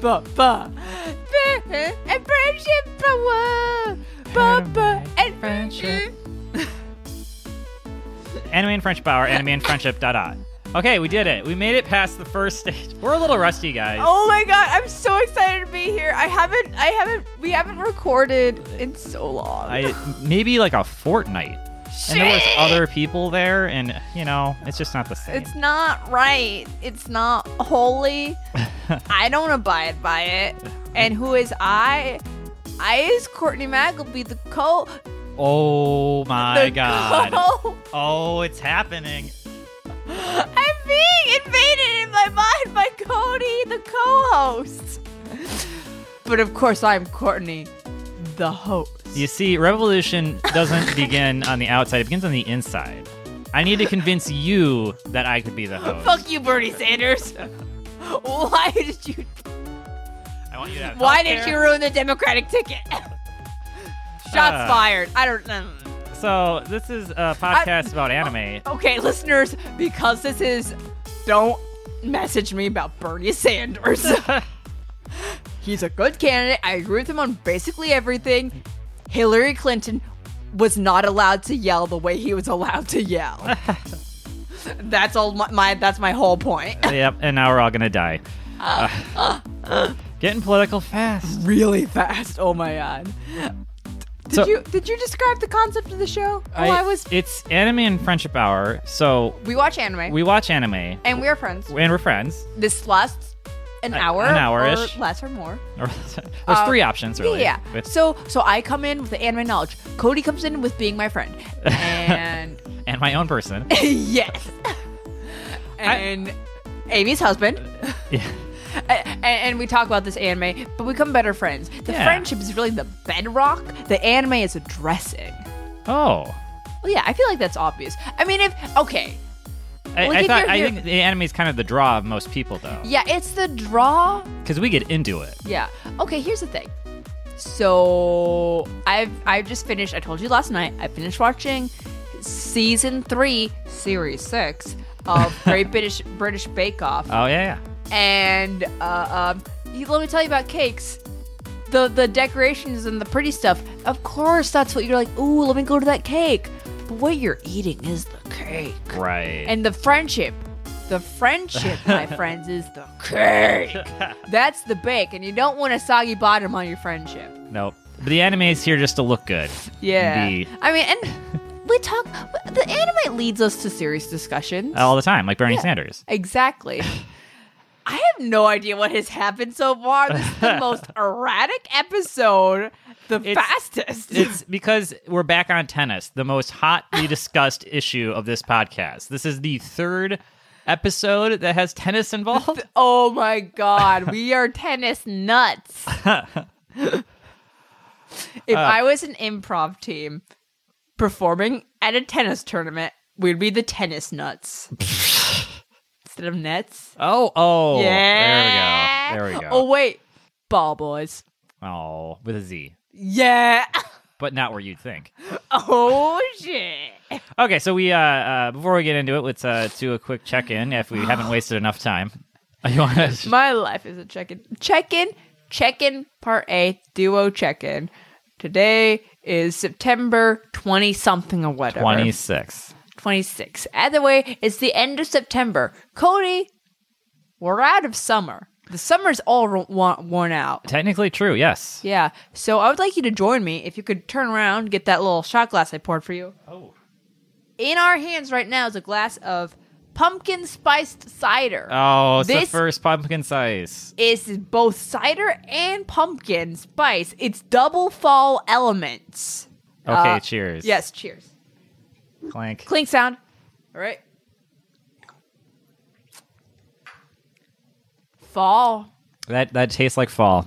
ba ba. And friendship power. Ba ba and friendship. Anime and French power, anime and friendship, dot dot. Okay, we did it. We made it past the first stage. We're a little rusty, guys. Oh my god, I'm so excited to be here. I haven't, I haven't, we haven't recorded in so long. I maybe like a fortnight. And there was Shit. other people there, and you know, it's just not the same. It's not right. It's not holy. I don't abide by it. And who is I? I is Courtney Magleby, the co. oh my the god. co- Oh, it's happening. I'm being invaded in my mind by Cody, the co-host. but of course, I'm Courtney, the host. You see, revolution doesn't begin on the outside, it begins on the inside. I need to convince you that I could be the host. Fuck you, Bernie Sanders. Why did you? I want you to have Why did healthcare. you ruin the Democratic ticket? Shots Uh. fired. I don't um, know. So, this is a podcast about anime. Okay, listeners, because this is don't message me about Bernie Sanders. He's a good candidate. I agree with him on basically everything. Hillary Clinton was not allowed to yell the way he was allowed to yell. that's all my, my that's my whole point. yep, and now we're all gonna die. getting political fast. really fast. Oh my god. Did So- you did you describe the concept of the show? Oh, I, was It's anime and friendship hour, so we watch anime we watch anime and we're friends. and we're friends. This lasts an An- hour an hour-ish. or less or more. There's Uh, three options, really. Yeah. with- So so I come in with the anime knowledge. Cody comes in with being my friend. And and my own person. yes. And Amy's husband. yeah. A- And, and we talk about this anime, but we become better friends. The Yeah. friendship is really the bedrock. The anime is a dressing. Oh. Well, yeah, I feel like that's obvious. I mean, if okay, I, Well, I if thought you're I here- think the anime is kind of the draw of most people though, yeah, it's the draw. because we get into it. Yeah. Okay, here's the thing. So I've I've just finished. I told you last night. I finished watching season three, series six of Great British British Bake Off, Oh yeah, and uh, um, you- let me tell you about cakes. The the decorations and the pretty stuff. Of course, that's what you're like. Ooh, let me go to that cake. But what you're eating is the cake. yeah. Right. And the friendship, the friendship, my friends, is the cake. That's the bake, and you don't want a soggy bottom on your friendship. nope. But the anime is here just to look good. Yeah. Indeed. I mean, and we talk, the anime leads us to serious discussions. All the time, like Bernie Sanders. Exactly. I have no idea what has happened so far. This is the most erratic episode, the It's- fastest. It's because we're back on tennis, the most hotly discussed issue of this podcast. This is the third episode that has tennis involved. oh my god, we are tennis nuts. Uh, if I was an improv team performing at a tennis tournament, we'd be the tennis nuts. Instead of nets. Oh, oh. yeah. There we go. There we Oh go. wait. Ball boys. Oh. with a Z. Yeah. But not where you'd think. oh shit. Okay, so we uh, uh before we get into it, let's uh do a quick check-in if we haven't wasted enough time. You want to My life is a check-in. Check-in, check-in, part A, duo check-in. Today is September 20 something or whatever. 26. 26. Either way, it's the end of September. Cody, we're out of summer. The summer's all ro- wa- worn out. Technically true. Yes. Yeah. So I would like you to join me if you could turn around, get that little shot glass I poured for you. Oh. In our hands right now is a glass of pumpkin spiced cider. Oh, it's This- the first pumpkin size. It's both cider and pumpkin spice. It's double fall elements. Okay, Uh, cheers. Yes, cheers. Clank. Clink sound. All right. Fall. That that tastes like fall.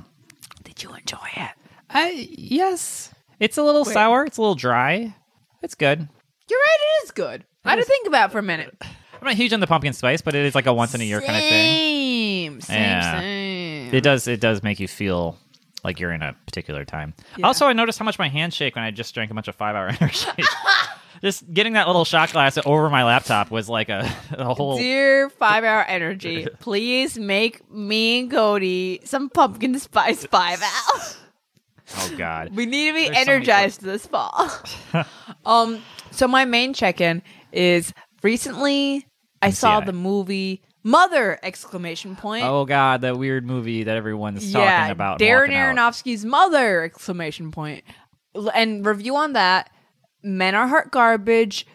Did you enjoy it? Uh, yes. It's a little Wait. sour. It's a little dry. It's good. You're right. It is good. I had to think about it for a minute. I'm not huge on the pumpkin spice, but it is like a once in a year kind of thing. Same. Same. Yeah. Same. It does. It does make you feel like you're in a particular time. Yeah. Also, I noticed how much my hands shake when I just drank a bunch of five hour energy. just getting that little shot glass over my laptop was like a, a whole. Dear Five Hour Energy, please make me and Cody some pumpkin spice five out. Oh God. We need to be There's so many energized this fall. um, so my main check-in is recently I saw MCI. the movie Mother exclamation point. Oh God, that weird movie that everyone's yeah, talking about. and Darren walking out. Aronofsky's Mother exclamation point. L- And review on that: Men are heart garbage.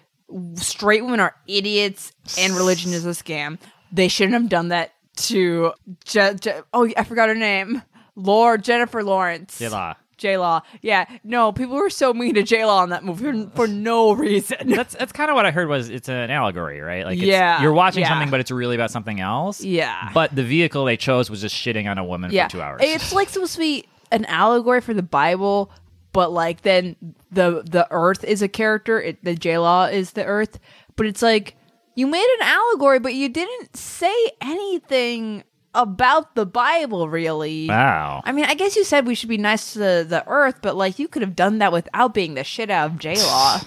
Straight women are idiots, and religion is a scam. They shouldn't have done that to. Je- Je- oh, I forgot her name. Lord Jennifer Lawrence. J-Law. J Law. Yeah. No, people were so mean to J Law in that movie for no reason. That's that's kind of what I heard was it's an allegory, right? Like it's, Yeah, you're watching yeah. something, but it's really about something else. Yeah. But the vehicle they chose was just shitting on a woman yeah. for two hours. It's like supposed to be an allegory for the Bible, but like then the the Earth is a character. It, the J Law is the Earth, but it's like you made an allegory, but you didn't say anything about the Bible really. wow. I mean, I guess you said we should be nice to the, the Earth, but like you could have done that without being the shit out of J Law.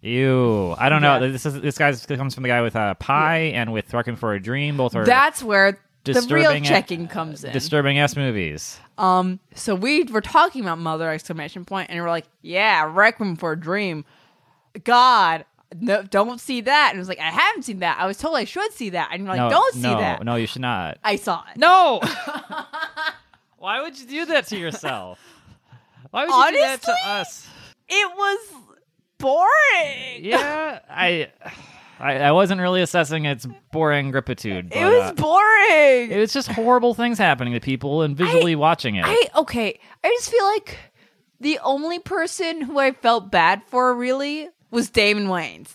Ew. I don't know. Yeah. This is this guy comes from the guy with uh, pie and with Thricking for a Dream. Both are That's where the real disturbing- checking comes in. disturbing ass movies. Um, so we were talking about Mother exclamation point, and we're like, "Yeah, Requiem for a Dream." God, no, don't see that. And it was like, I haven't seen that. I was told I should see that, and you're like, no, don't see no, that. No, you should not. I saw it. No. Why would you do that to yourself? Why would you do that to us? It was boring. Yeah, I, I, I wasn't really assessing its boring gripitude. But, it was uh, boring. it was just horrible things happening to people and visually watching it. I okay. I just feel like the only person who I felt bad for really was Damon Wayans.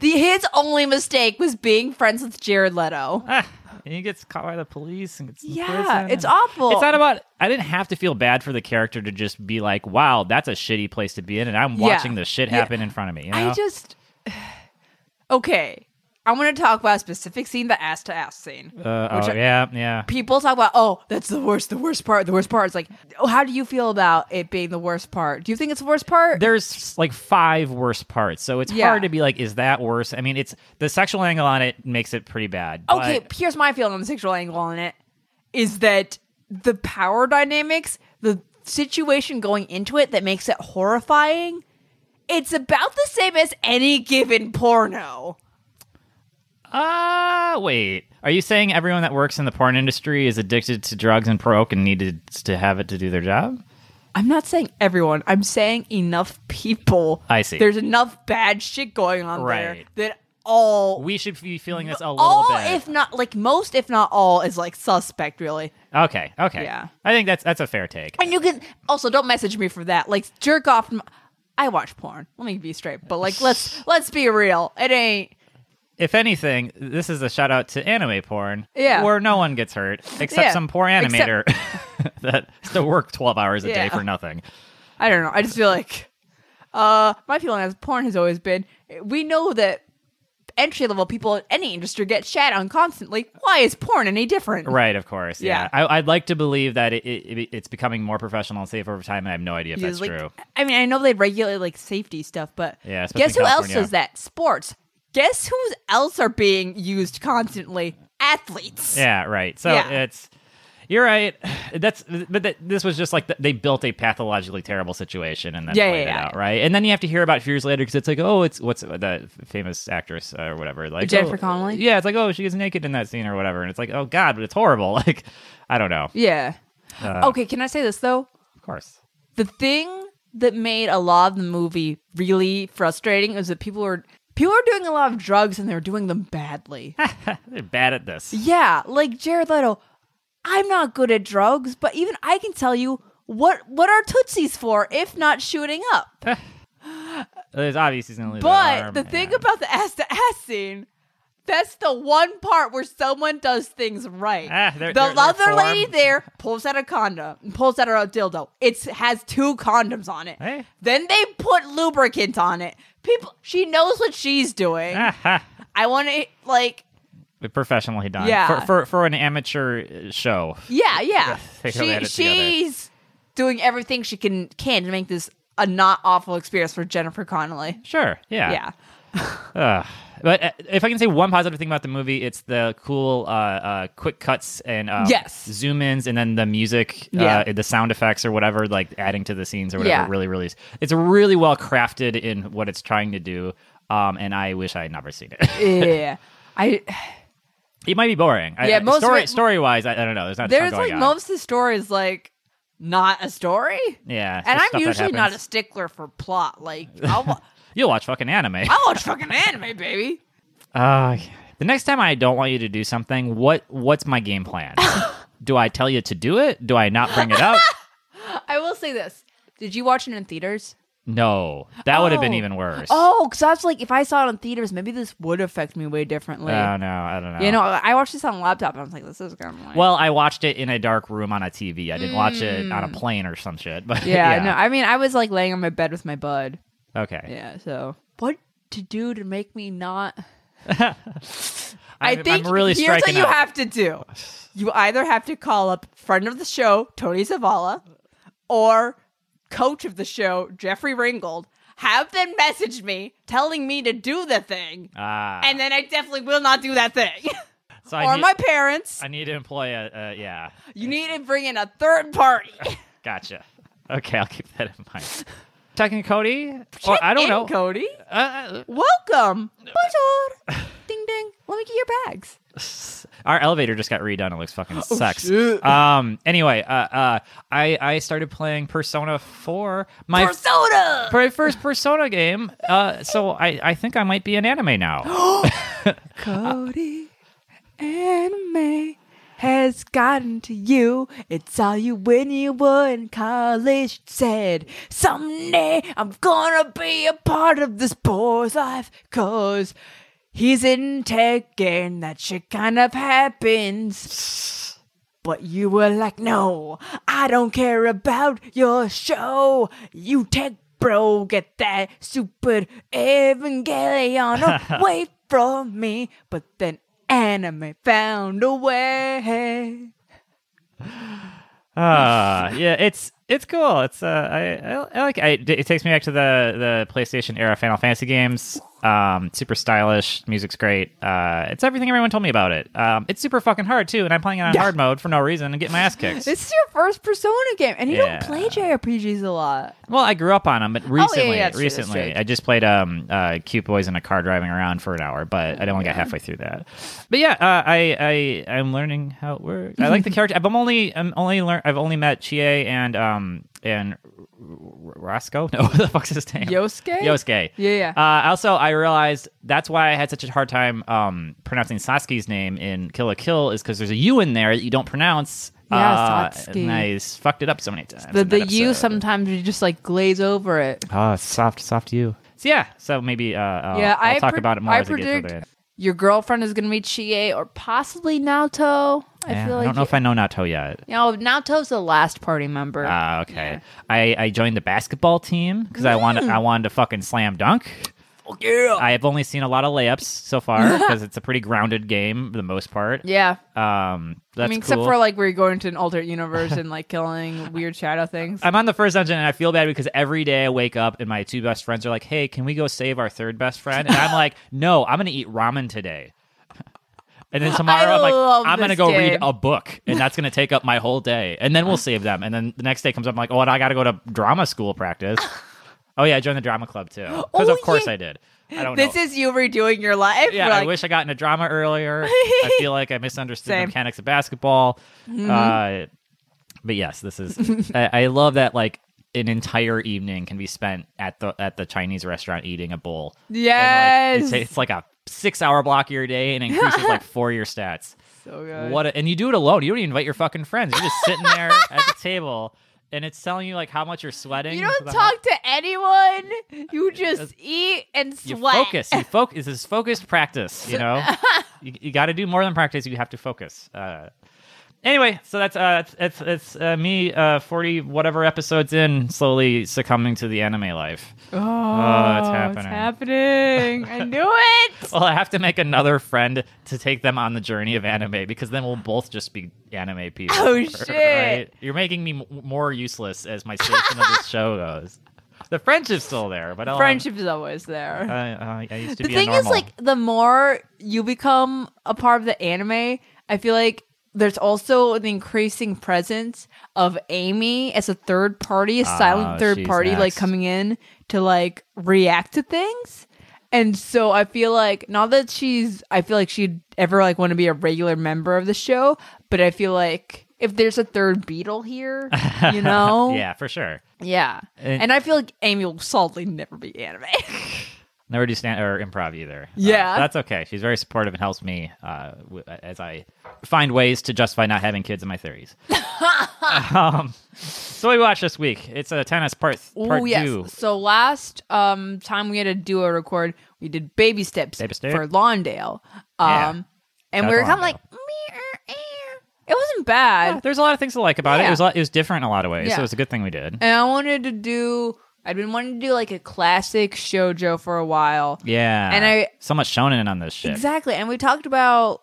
the his only mistake was being friends with Jared Leto. Ah, and he gets caught by the police and gets in Yeah, prison it's and- awful. It's not about. I didn't have to feel bad for the character to just be like, "Wow, that's a shitty place to be in," and I'm Yeah. watching this shit Yeah. happen in front of me. You know? I just okay. I'm going to talk about a specific scene, the ass to ass scene. uh, oh, which I- yeah, yeah. People talk about, oh, that's the worst, the worst part, the worst part. It's like, oh, how do you feel about it being the worst part? Do you think it's the worst part? There's like five worse parts, so it's Yeah. hard to be like, "Is that worse?" I mean, it's the sexual angle on it makes it pretty bad. okay, but- here's my feeling on the sexual angle on it is that the power dynamics, the situation going into it that makes it horrifying, it's about the same as any given porno. Ah, wait. Are you saying everyone that works in the porn industry is addicted to drugs and proke and needed to have it to do their job? I'm not saying everyone. I'm saying enough people. I see. There's enough bad shit going on Right. there that all, We should be feeling this a little all bit. if not like most, if not all, is like suspect really. okay, okay. Yeah. I think that's that's a fair take. And you can also don't message me for that. Like jerk off. From, I watch porn. Let me be straight. But like let's let's be real. It ain't. If anything, this is a shout out to anime porn, Yeah. where no one gets hurt except Yeah. some poor animator that has to work twelve hours a day Yeah. for nothing. I don't know. I just feel like uh my feeling as porn has always been we know that entry level people in any industry get shat on constantly. Why is porn any different? Right, of course. Yeah, I, I'd like to believe that it, it, it's becoming more professional and safe over time, and I have no idea if Yeah, that's like- true. I mean, I know they regulate like safety stuff, but Yeah, especially guess who in else California. does that? Sports. Guess who else are being used constantly? Athletes. Yeah, right. So Yeah. it's you're right. That's but that, this was just like th they built a pathologically terrible situation and then Yeah, played yeah, it yeah. out, right? And then you have to hear about it years later because it's like, oh, it's what's the famous actress uh, or whatever, like Jennifer oh, Connelly? Yeah, it's like oh, she gets naked in that scene or whatever, and it's like oh god, but it's horrible. Like I don't know. Yeah. Uh. okay, can I say this though? Of course. The thing that made a lot of the movie really frustrating is that people were people were doing a lot of drugs and they were doing them badly. They're bad at this. Yeah, like Jared Leto, I'm not good at drugs, but even I can tell you what what are tootsies for if not shooting up. There's obviously he's gonna lose that But arm, the thing yeah. about the ass to ass scene, that's the one part where someone does things right. Ah, they're- the they're- they're other lady formed. there pulls out a condom, pulls out a dildo. It has two condoms on it. Hey. Then they put lubricant on it. People, she knows what she's doing. I want to like, professionally done. Yeah. For, for for an amateur uh, show. yeah, yeah. They really had she it together. she's doing everything she can can to make this a not awful experience for Jennifer Connelly. Sure. Yeah. Yeah. Ugh. But uh, if I can say one positive thing about the movie, it's the cool uh, uh, quick cuts and uh, Yes. zoom ins, and then the music, Yeah. uh, the sound effects or whatever, like adding to the scenes or whatever. Yeah. Really, really, it's really well crafted in what it's trying to do. Um, and I wish I had never seen it. Yeah. I it might be boring. I- Yeah, I, most of story it- story wise, I, I don't know. There's not a ton there's going like on. most of the story is like not a story. yeah, And it's just I'm stuff that usually not a happens. stickler for plot. Like I'll wa- You'll watch fucking anime. I'll watch fucking anime, baby. Uh, the next time I don't want you to do something, what what's my game plan? do I tell you to do it? Do I not bring it up? I will say this. Did you watch it in theaters? No, that would have been Oh. even worse. Oh, because I was like, if I saw it in theaters, maybe this would affect me way differently. Oh, no, I don't know. you know, I I watched this on a laptop and I was like, this is kind of well, I watched it in a dark room on a TV. I didn't watch it on a plane or some shit. But Mm. yeah, yeah, no, I mean, I was like laying on my bed with my bud. okay. Yeah, so what to do to make me not? I'm, I think I'm really here's what striking you out. have to do. You either have to call up friend of the show Tony Zavala or coach of the show Jeffrey Ringgold. Have them message me telling me to do the thing, Ah, and then I definitely will not do that thing. so I or need, my parents. I need to employ a uh, yeah. You need to bring in a third party. Gotcha. Okay, I'll keep that in mind. Chuck and Cody. Or, Check I don't in, know. Cody. Uh, Welcome. Bonjour. ding ding. Let me get your bags. our elevator just got redone. It looks fucking sucks. Oh, shit. Um. Anyway, uh, uh, I I started playing Persona Four. My Persona. my first Persona game. Uh, so I, I think I might be an anime now. Cody, anime has gotten to you. It saw you when you were in college. It said, Someday I'm gonna be a part of this boy's life. Cause he's in tech and that shit kind of happens. But you were like, no, I don't care about your show. You tech bro, get that stupid Evangelion away from me. But then anime found a way. Uh, yeah, it's it's cool. It's uh, I, I, I like I, it takes me back to the the PlayStation era Final Fantasy games. Um, super stylish, music's great. Uh, it's everything everyone told me about it. Um, it's super fucking hard too, and I'm playing it on Yeah. hard mode for no reason and getting my ass kicked. This is your first Persona game, and you Yeah. don't play JRPGs a lot. Well, I grew up on them, but Oh, recently, that's true, that's recently, true. I just played um uh, Cute Boys in a Car driving around for an hour, but I only got halfway through that. But yeah, uh, I I I'm learning how it works. I like the character. I'm only I'm only learn. I've only met Chie and um and R- R- Roscoe. No, what the fuck's his name? Yosuke? Yosuke. Yeah, yeah. Uh, also, I realized that's why I had such a hard time um pronouncing Sasuke's name in Kill a Kill is because there's a U in there that you don't pronounce. Yeah, uh, Satsuki. and I s- fucked it up so many times. The, in that the you episode. sometimes you just like glaze over it. Oh, it's soft, soft you. So yeah, so maybe uh, I'll, yeah, I'll I talk pre- about it more I as we get predict further in. your girlfriend is going to be Chie or possibly Naoto. I Yeah, feel I like don't know if I know Nato yet. you know Naoto's the last party member. Ah, okay. I, I joined the basketball team because I wanted Mm. I wanted to fucking slam dunk. Fuck yeah. I have only seen a lot of layups so far because it's a pretty grounded game for the most part. yeah, Um, that's I mean, cool. except for like where you're going to an alternate universe and like killing weird shadow things. I'm on the first dungeon and I feel bad because every day I wake up and my two best friends are like, "Hey, can we go save our third best friend?" And I'm like, "No, I'm gonna eat ramen today." And then tomorrow I'm love like, "I'm gonna this go read game. a book," and that's gonna take up my whole day. And then we'll save them. And then the next day comes up, I'm like, "Oh, and I gotta go to drama school practice." Oh yeah, I joined the drama club too because Oh, of course yeah. I did. I don't This know. is you redoing your life. yeah, We're I like, wish I got into drama earlier. I feel like I misunderstood the Same. Mm-hmm. mechanics of basketball. Uh, but yes, this is. I, I love that like an entire evening can be spent at the at the Chinese restaurant eating a bowl. And, like, Yes. it's, it's like a six hour block of your day and increases like four of your stats. so good. What a, and you do it alone. You don't even invite your fucking friends. You're just sitting there at the table, and it's telling you like how much you're sweating. You so don't the- talk to anyone. You just eat and you sweat. focus. You focus. This is focused practice. You know, you, you got to do more than practice. You have to focus. Uh, anyway, so that's uh, it's it's uh, me uh, forty whatever episodes in, slowly succumbing to the anime life. Oh, happening. happening. I knew it. Well, I have to make another friend to take them on the journey of anime because then we'll both just be anime people. Oh, shit. You're making me m- more useless as my station of this show goes. the friendship's still there, but I'll, Friendship is always there. Uh, uh, I used to the be thing a is, normal. like, the more you become a part of the anime, I feel like there's also an increasing presence of Amy as a third party, a Ah, silent third she's party, like next. coming in to like react to things. And so I feel like not that she's, I feel like she'd ever like want to be a regular member of the show, but I feel like if there's a third beetle here, you know, yeah, for sure. yeah, And- and, I feel like Amy will solidly never be anime. Never do stand or improv either. Uh, Yeah. that's okay. She's very supportive and helps me uh, w- as I find ways to justify not having kids in my theories. um, so we watched this week. It's a tennis part th- part Oh yes. two. So last um time we had to do a record, we did baby steps Baby step. for Lawndale. Um Yeah. and Shout we were out kind of Lawndale. like "Meh, eh, eh." it wasn't bad. There's a lot of things to like about it. It Yeah. was a lot, it was different in a lot of ways. So Yeah. it was a good thing we did. And I wanted to do I'd been wanting to do like a classic shojo for a while. Yeah, And I- so much shonen on this shit. Exactly. And we talked about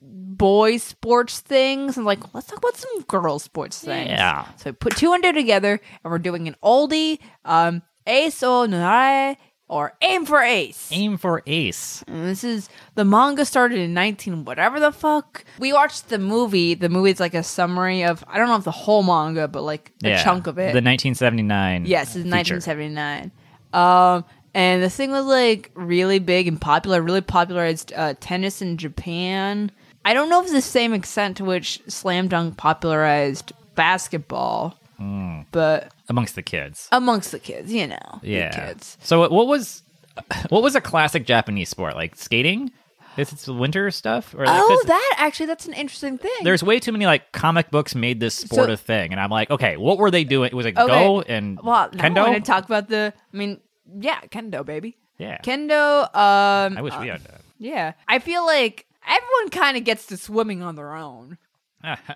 boy sports things and like let's talk about some girl sports things. Yeah. So we put two and two together and we're doing an oldie, um Ace o Nare or Aim for Ace. Aim for ace. And this is the manga started in 19 whatever the fuck. We watched the movie. The movie's like a summary of I don't know if the whole manga, but like a Yeah. chunk of it. The 1979. yes, it's feature. 1979. Um, and this thing was like really big and popular. Really popularized uh, tennis in Japan. I don't know if it's the same extent to which slam dunk popularized basketball, Hmm. but amongst the kids. amongst the kids, you know, the yeah. kids. So what, what was what was a classic Japanese sport like skating? Is it's winter stuff or like, 'cause Oh, that actually that's an interesting thing. there's way too many like comic books made this sport So- a thing, and I'm like, okay, what were they doing? Was it Okay. go and Well, now I kendo? want to talk about the. I mean, yeah, kendo, baby. yeah, Kendo. Um, I wish we uh, had that. Yeah, I feel like everyone kind of gets to swimming on their own.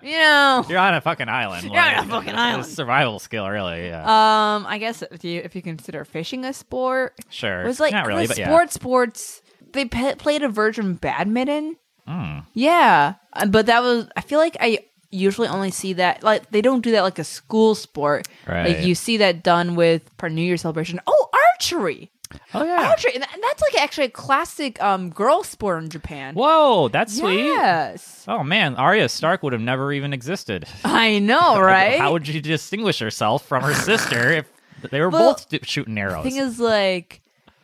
You know. You're on a fucking island. You're on a fucking it's island. survival skill, really. Yeah, Um, I guess if you if you consider fishing a sport, sure. it was like not really, the but yeah. sports sports. They pe- played a version of badminton. Hmm. Yeah, Uh, but that was. I feel like I usually only see that like they don't do that like a school sport. Right. Like you see that done with for New Year celebration. Oh, archery. Oh yeah. Archery, and that- that's like actually a classic um girl sport in Japan. Whoa, that's sweet. Yes, Oh man, Arya Stark would have never even existed. I know, right? How would she distinguish herself from her sister if they were Well, both d- shooting the arrows? thing is, like,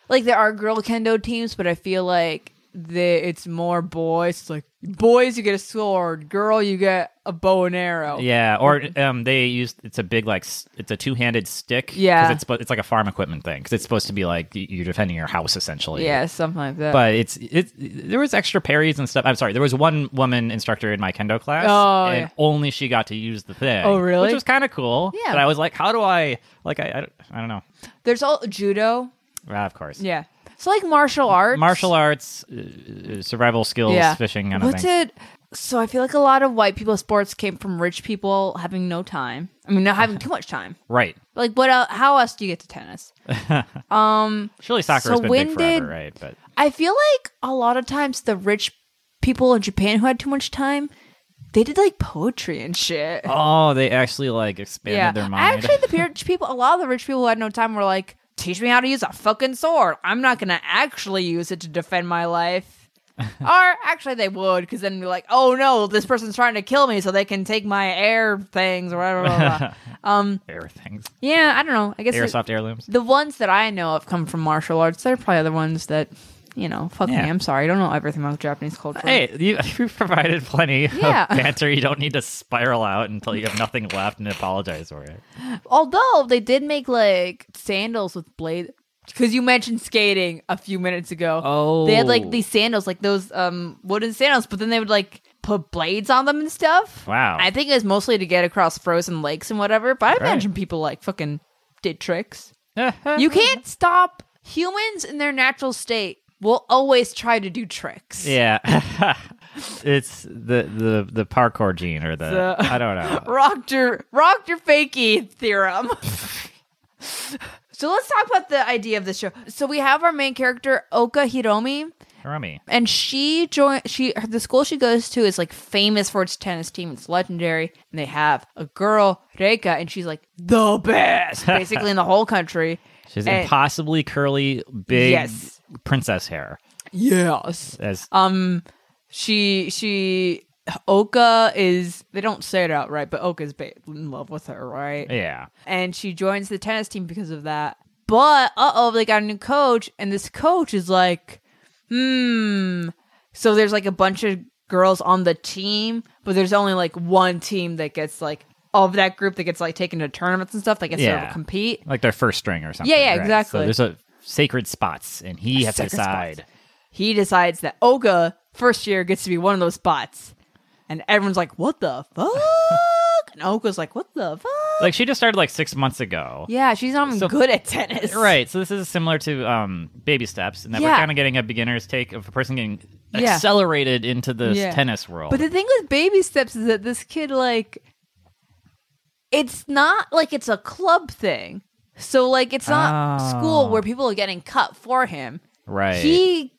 like there are girl kendo teams, but I feel like the it's more boys. It's like boys, you get a sword. Girl, you get a bow and arrow. yeah, or um, they use it's a big like s- it's a two handed stick. Yeah. 'cause it's spo- it's like a farm equipment thing because it's supposed to be like y- you're defending your house essentially. Yeah, something like that. But it's it's there was extra parries and stuff. I'm sorry, there was one woman instructor in my kendo class, Oh, and yeah. only she got to use the thing. Oh, really? Which was kind of cool. Yeah. But I was like, how do I like I I don't, I don't know. There's all judo. Ah, of course. Yeah, so like martial arts. Martial arts, uh, uh, survival skills, fishing kind of What's thing. it? So I feel like a lot of white people's sports came from rich people having no time. I mean, not having too much time. Right. Like, what? el how else do you get to tennis? Surely soccer has So been big when forever, did- right? But I feel like a lot of times the rich people in Japan who had too much time, they did like poetry and shit. oh, they actually like expanded yeah, their mind. actually, the rich people, a lot of the rich people who had no time were like, "Teach me how to use a fucking sword. I'm not gonna actually use it to defend my life." or actually, they would, because then you're like, "Oh no, this person's trying to kill me, so they can take my air things or whatever." blah, blah." air things, yeah, I don't know. I guess it- airsoft heirlooms. the ones that I know of come from martial arts. They're probably the ones that, you know, fuck Yeah. me. I'm sorry. I don't know everything about Japanese culture. Hey, you, you provided plenty Yeah. of banter. You don't need to spiral out until you have nothing left and apologize for it. Although they did make like sandals with blade. Because you mentioned skating a few minutes ago. Oh. They had like these sandals, like those um wooden sandals, but then they would like put blades on them and stuff. Wow. I think it was mostly to get across frozen lakes and whatever, but I Right. imagine people like fucking did tricks. You can't stop humans in their natural state will always try to do tricks. yeah, it's the the the parkour gene or the The- I don't know. Rockter Rockter Fakey theorem. so let's talk about the idea of the show. So we have our main character Oka Hiromi, Rummy. and she join she the school she goes to is like famous for its tennis team. It's legendary, and they have a girl Reika, and she's like the best, basically in the whole country. She's And- impossibly curly, big Yes. princess hair. Yes. As Um, she she Oka is they don't say it outright, but Oka's ba- in love with her, right? yeah, And she joins the tennis team because of that. But uh oh, they got a new coach, and this coach is like, hmm. So there's like a bunch of girls on the team, but there's only like one team that gets like of that group that gets like taken to tournaments and stuff that gets Yeah. to compete. like their first string or something. Yeah, yeah, right? exactly. So there's a sacred spots, and he has to Sacred spots. decide. he decides that Oga first year gets to be one of those spots, and everyone's like, "What the fuck?" and Oga's like, "What the fuck?" Like she just started like six months ago. Yeah, she's not even So- good at tennis, Right. So this is similar to um, baby steps, and that we're Yeah. kind of getting a beginner's take of a person getting Yeah. accelerated into this Yeah. tennis world. But the thing with baby steps is that this kid, like, it's not like it's a club thing. So like, it's not Oh. school where people are getting cut for him. right. He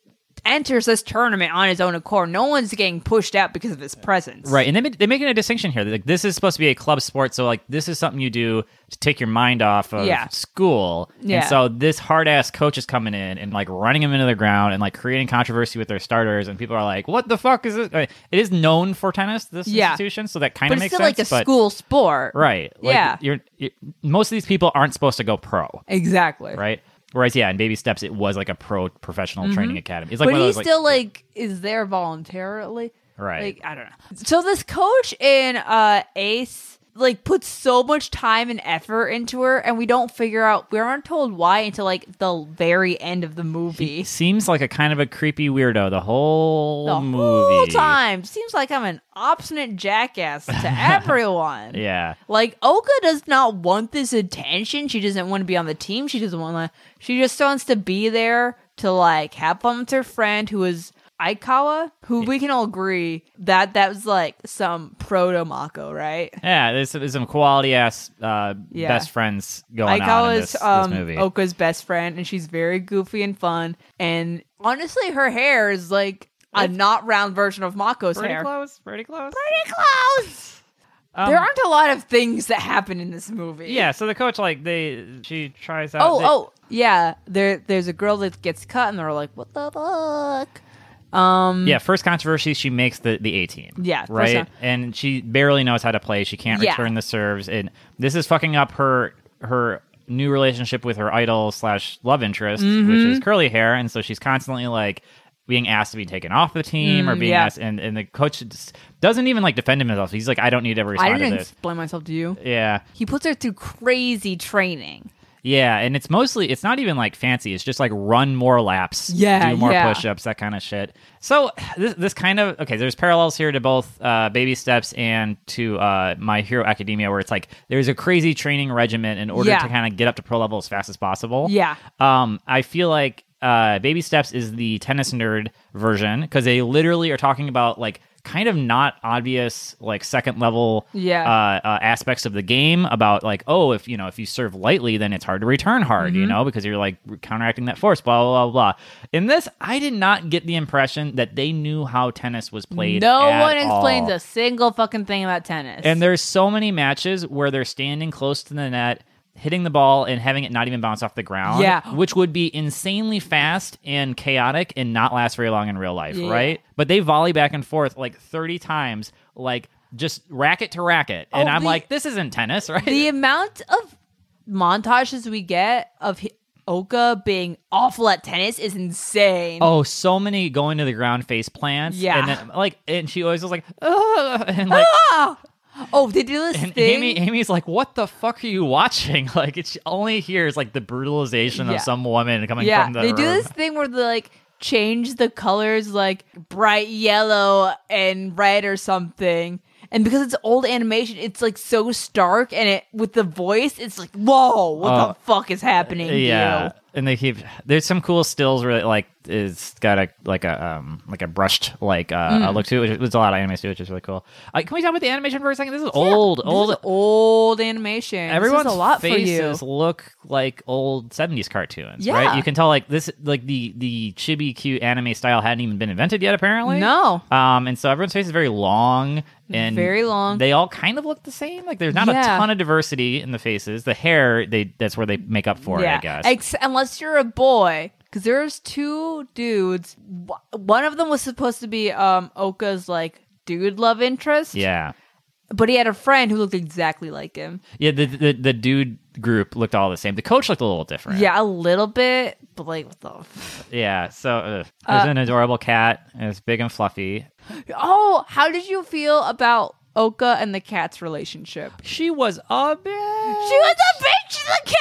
enters this tournament on his own accord. No one's getting pushed out because of his presence. Right, and they ma- they're making a distinction here. Like this is supposed to be a club sport, so like this is something you do to take your mind off of Yeah. school. Yeah. And so this hard ass coach is coming in and like running them into the ground and like creating controversy with their starters, and people are like, "What the fuck is this?" I mean, It is known for tennis, this Yeah. institution, so that kind But of it's makes still sense. like a but school sport. right, like, Yeah. you're, you most of these people aren't supposed to go pro, Exactly. right? Whereas yeah, in baby steps, it was like a pro professional training academy. It's like Mm-hmm. but one he of those, like- still like is there voluntarily. Right. Like I don't know. So this coach in uh Ace like puts so much time and effort into her and we don't figure out we aren't told why until like the very end of the movie. seems like a kind of a creepy weirdo the whole the movie whole time. Seems like I'm an obstinate jackass to everyone. Yeah. Like Oka does not want this attention. She doesn't want to be on the team. She doesn't want to. She just wants to be there to like have fun with her friend who is Aikawa, who we can all agree that that was like some proto Mako, right? Yeah, there's, there's some quality ass uh, Yeah. best friends going on in Aikawa's this, this um, movie. Oka's best friend, and she's very goofy and fun. And honestly, her hair is like a not round version of Mako's hair. close, pretty close. Pretty close. Um, there aren't a lot of things that happen in this movie. Yeah, so the coach like they she tries out. Oh, they- oh, yeah. There, there's a girl that gets cut, and they're like, "What the fuck?" yeah. First controversy, she makes the the A team. Mm-hmm. Yeah, first right. one. And she barely knows how to play. She can't Yeah. return the serves, and this is fucking up her her new relationship with her idol slash love interest, which Mm-hmm. is curly hair, and so she's constantly like being asked to be taken off the team or Mm, being yeah. asked and, and the coach just doesn't even like defend himself he's like i don't need to ever respond I to didn't this explain myself to you. yeah He puts her through crazy training. Yeah, and it's mostly it's not even like fancy. It's just like run more laps, Yeah, do more yeah. push-ups, that kind of shit. So this this kind of okay. There's parallels here to both uh, Baby Steps and to uh, My Hero Academia, where it's like there's a crazy training regimen in order Yeah. to kind of get up to pro level as fast as possible. Yeah. Um, I feel like uh, Baby Steps is the tennis nerd version because they literally are talking about like kind of not obvious like second level Yeah. uh, uh, aspects of the game about like oh if you know if you serve lightly then it's hard to return hard Mm-hmm. you know because you're like counteracting that force blah blah blah blah. In this, I did not get the impression that they knew how tennis was played. No at one explains all. a single fucking thing about tennis. And there's so many matches where they're standing close to the net, hitting the ball and having it not even bounce off the ground. Yeah. Which would be insanely fast and chaotic and not last very long in real life, Yeah. right? But they volley back and forth like 30 times, like just racket to racket. And Oh, I'm the- like, this isn't tennis, right? the amount of montages we get of hi- Oka being awful at tennis is insane. Oh, so many going to the ground face plants. Yeah. Ah, And then, like, and she always was like, Ugh, and like, Oh, they do this And thing. Amy, Amy's like, "What the fuck are you watching?" Like, it's, she only hears like the brutalization Yeah. of some woman coming yeah, from the they do room. this thing where they like change the colors like bright yellow and red or something. And because it's old animation, it's like so stark, and it with the voice, it's like, whoa, what Oh. the fuck is happening? to Yeah, you? and they keep there's some cool stills where it, like it's got a like a um like a brushed like uh, Mm. uh look to it. Which, there's a lot of anime too, which is really cool. Uh, can we talk about the animation for a second? This is old, This old. is old animation. Everyone's this is a lot faces for you. look like old '70s cartoons, Yeah. right? You can tell like this, like the the chibi cute anime style hadn't even been invented yet, apparently. No. Um, and so everyone's face is very long and Very long. They all kind of look the same. Like there's not Yeah. a ton of diversity in the faces. The hair, they that's where they make up for it, I guess. Ex- unless you're a boy, because there's two dudes. Wh- One of them was supposed to be um Oka's like dude love interest. yeah. But he had a friend who looked exactly like him. Yeah, the, the the dude group looked all the same. The coach looked a little different. Yeah, a little bit, but like what the. F- yeah. So ugh. there's an adorable cat. And it's big and fluffy. oh, how did you feel about Oka and the cat's relationship? She was a She bitch. was a bitch to the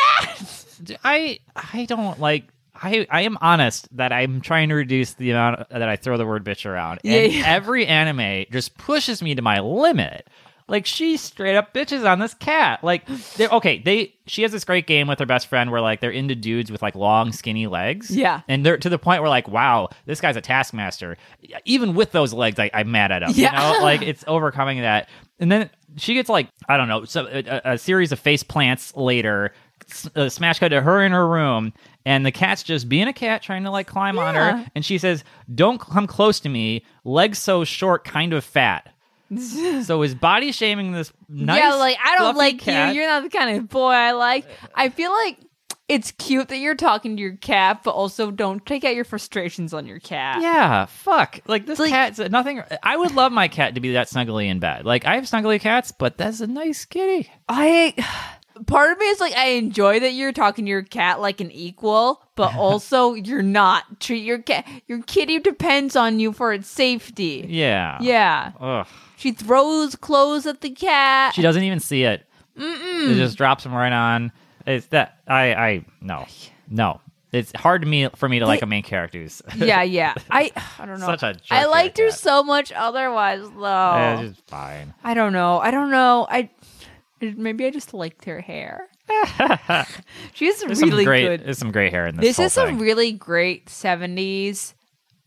cat. I I don't like. I, I am honest that I'm trying to reduce the amount that I throw the word bitch around. and Yeah, yeah. every anime just pushes me to my limit. Like she straight up bitches on this cat. Like they're okay, they she has this great game with her best friend where like they're into dudes with like long skinny legs. Yeah. And they're to the point where like, wow, this guy's a taskmaster. Even with those legs, I, I'm mad at him. Yeah. You know? Like it's overcoming that. And then she gets like I don't know, so uh, a, a series of face plants later. s- uh smash cut to her in her room, and the cat's just being a cat, trying to like climb on Yeah. her. And she says, "Don't come close to me. Legs so short, kind of fat." so is body shaming this nice? yeah, like I don't fluffy like cat? you. You're not the kind of boy I like. I feel like it's cute that you're talking to your cat, but also don't take out your frustrations on your cat. Yeah, fuck. Like this Like- cat's uh, nothing. I would love my cat to be that snuggly in bed. Like I have snuggly cats, but that's a nice kitty. I part of me is like I enjoy that you're talking to your cat like an equal, but also you're not. Treat your cat your kitty depends on you for its safety. Yeah. Yeah. Ugh. She throws clothes at the cat. She doesn't even see it. Mm-mm. It just drops him right on. It's that I I no no. It's hard to me for me to like a main character who's yeah, yeah. I I don't know. Such a jerk I to liked your her cat. so much otherwise though. Eh, it's just fine. I don't know. I don't know. I maybe I just liked her hair. She's There's really some great good. there's some great hair in this. This is whole some thing. really great 70s.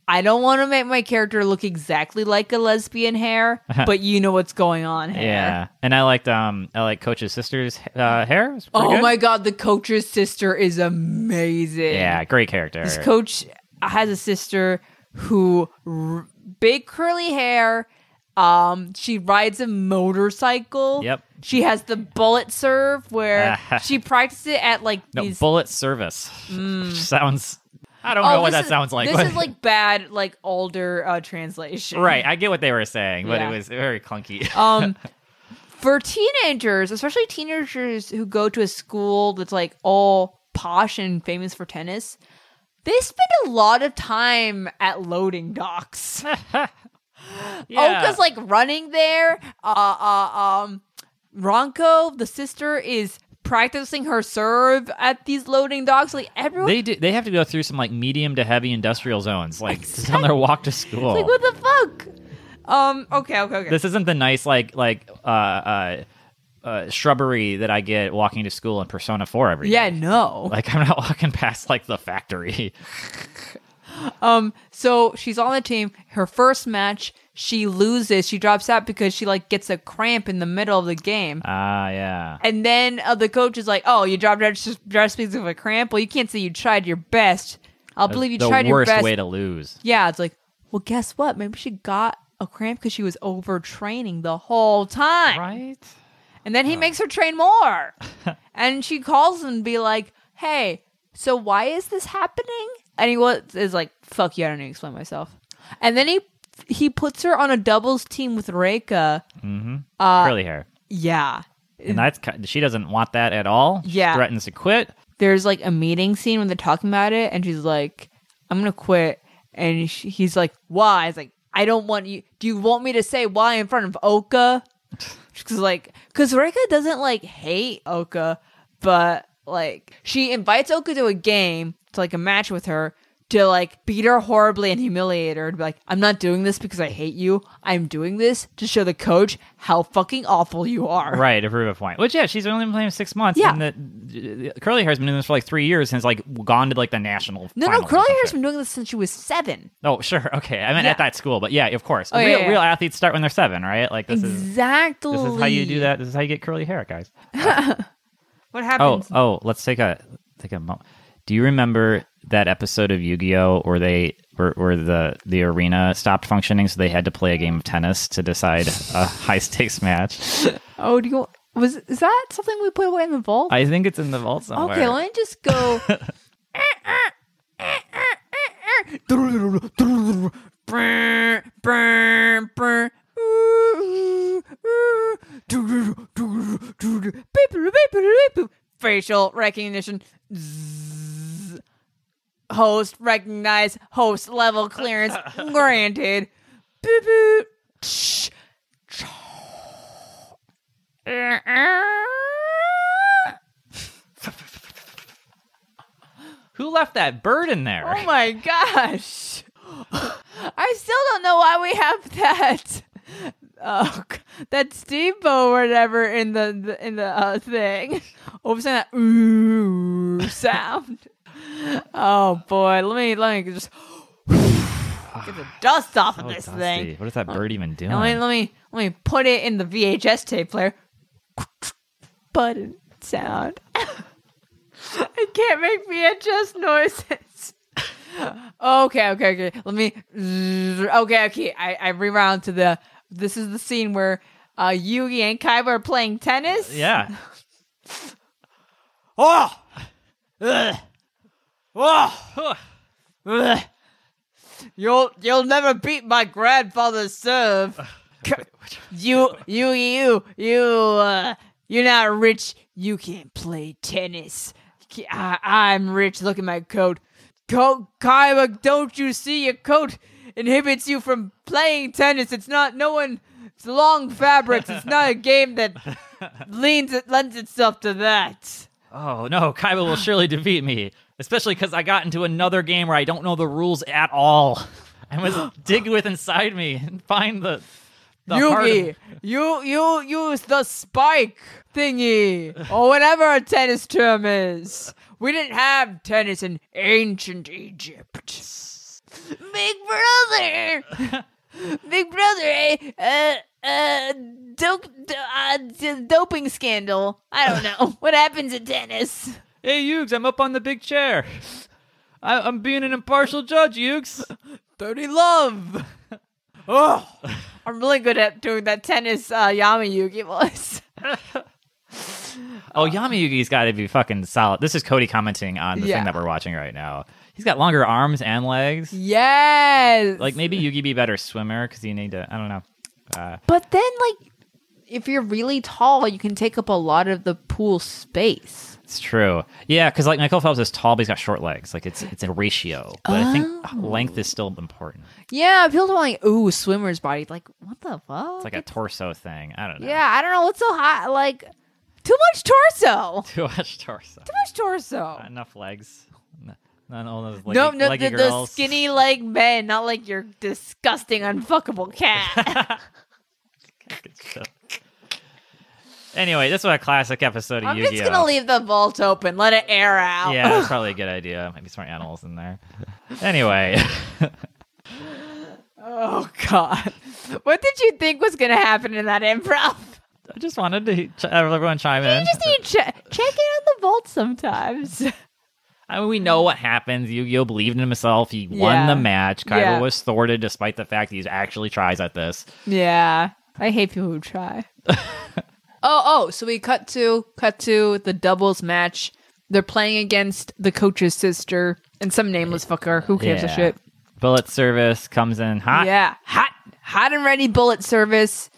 I don't want to make my character look exactly like a lesbian hair, but you know what's going on here. yeah, and I liked um I like Coach's sister's uh, hair. It was pretty Oh good. my god, the coach's sister is amazing. Yeah, great character. This coach has a sister who r- big curly hair. Um, she rides a motorcycle. Yep. She has the bullet serve where she practices it at like no these bullet service. Which sounds I don't Mm. know what Oh, this that is- sounds like. This but- is like bad, like older uh, translation. right. I get what they were saying, but Yeah. it was very clunky. Um, for teenagers, especially teenagers who go to a school that's like all posh and famous for tennis, they spend a lot of time at loading docks. oh, yeah. Oka's like running there. Uh, uh, um, Ronko, the sister, is practicing her serve at these loading docks. Like everyone, they do, they have to go through some like medium to heavy industrial zones, like on their walk to school. like what the fuck? Um. Okay. Okay. Okay. this isn't the nice like like uh, uh, uh, shrubbery that I get walking to school in Persona Four every day. yeah. No. Like I'm not walking past like the factory. So she's on the team. Her first match, she loses. She drops out because she like gets a cramp in the middle of the game. Ah, yeah. And then uh, the coach is like, "Oh, you dropped out just just because of a cramp. Well, you can't say you tried your best. I'll believe you the tried your worst best." way to lose. yeah, it's like, well, guess what? Maybe she got a cramp because she was overtraining the whole time. Right? And then he makes her train more. and she calls him and be like, hey, so why is this happening? And he was, is like, fuck you, I don't need to explain myself. And then he he puts her on a doubles team with Reika. Uh, Curly hair. Yeah. And that's ki- she doesn't want that at all. She uh, Yeah. threatens to quit. There's like a meeting scene when they're talking about it, and she's like, I'm going to quit. And she, he's like, why? It's like, I don't want you. Do you want me to say why in front of Oka? Because like, because Reika doesn't like hate Oka, but like she invites Oka to a game to like a match with her. to like beat her horribly and humiliate her and be like, I'm not doing this because I hate you. I'm doing this to show the coach how fucking awful you are. Right, to prove a point. Which yeah, she's only been playing six months. Yeah. and the, the- curly hair's been doing this for like three years and has like gone to like the national. No, no, finals or curly some hair's shit. been doing this since she was seven. Oh, sure. Okay, I meant Yeah. at that school, but yeah, of course. Oh, yeah, real, yeah, real yeah. athletes start when they're seven, right? Like this is exactly. this is how you do that. This is how you get curly hair, guys. Oh, What happens? oh, let's take a take a moment. Do you remember that episode of Yu-Gi-Oh where they where, where the the arena stopped functioning, so they had to play a game of tennis to decide a high stakes match? Oh, do you was is that something we put away in the vault? I think it's in the vault somewhere. okay, let me just go. Facial recognition. Zzz. Host recognize host level clearance granted. Boop, boop. Shh. Who left that bird in there? Oh my gosh. I still don't know why we have that. Oh, g- that steamboat, or whatever, in the, the in the uh, thing. All of a sudden, that ooh sound. oh boy, let me let me just get the dust off of Oh, this Dusty, thing. What is that bird even doing? Now let me let me let me put it in the VHS tape player. Button sound. I can't make VHS noises. okay, okay, okay. Let me. Okay, okay. I, I rewound to the. This is the scene where uh, Yugi and Kaiba are playing tennis. Yeah. oh! Ugh. Oh! Ugh. You'll you'll never beat my grandfather's serve. You you you you uh, you're not rich. You can't play tennis. I, I'm rich. Look at my coat. Coat Kaiba, don't you see your coat inhibits you from playing tennis? It's not no one. It's long fabrics. It's not a game that leans it lends itself to that. Oh no, Kaiba will surely defeat me, especially because I got into another game where I don't know the rules at all. I must dig with inside me and find the, the heart of- Yugi, you you use the spike thingy or whatever a tennis term is. We didn't have tennis in ancient Egypt. Big brother, big brother, eh? Uh, uh, dope, do- uh, d- doping scandal. I don't know what happens in tennis. Hey, Yugs, I'm up on the big chair. I, I'm being an impartial judge, Yugs. Thirty love. Oh, I'm really good at doing that tennis uh, Yami Yugi voice. oh, Yami Yugi's got to be fucking solid. This is Cody commenting on the Yeah. thing that we're watching right now. He's got longer arms and legs. Yes. Like maybe Yugi be better swimmer because you need to. I don't know. But then, like, if you're really tall, you can take up a lot of the pool space. It's true. Yeah, because like Michael Phelps is tall, but he's got short legs. Like it's it's a ratio. But I Oh. think length is still important. Yeah, people don't like, ooh, swimmer's body. Like, what the fuck? It's like a torso thing. I don't know. yeah, I don't know. What's so hot? Like, too much torso. Too Too much torso. much torso. Not enough legs. N- Not all those leggy, No, no, leggy the, the girls. skinny leg men, not like your disgusting, unfuckable cat. Anyway, this was a classic episode of I'm Yu-Gi-Oh. just gonna leave the vault open, let it air out. Yeah, that's probably a good idea. Maybe some more animals in there. Anyway, Oh god, what did you think was gonna happen in that improv? I just wanted to ch- have everyone chime in. You just need to che- check in on the vault sometimes. I mean, we know what happens. Yu-Gi-Oh believed in himself. He won Yeah. the match. Kaiba Yeah. was thwarted, despite the fact he actually tries at this. Yeah. I hate people who try. oh, oh, so we cut to cut to the doubles match. They're playing against the coach's sister and some nameless fucker. Who gives a Yeah. shit? Bullet Service comes in hot. Yeah. Hot hot and ready bullet service.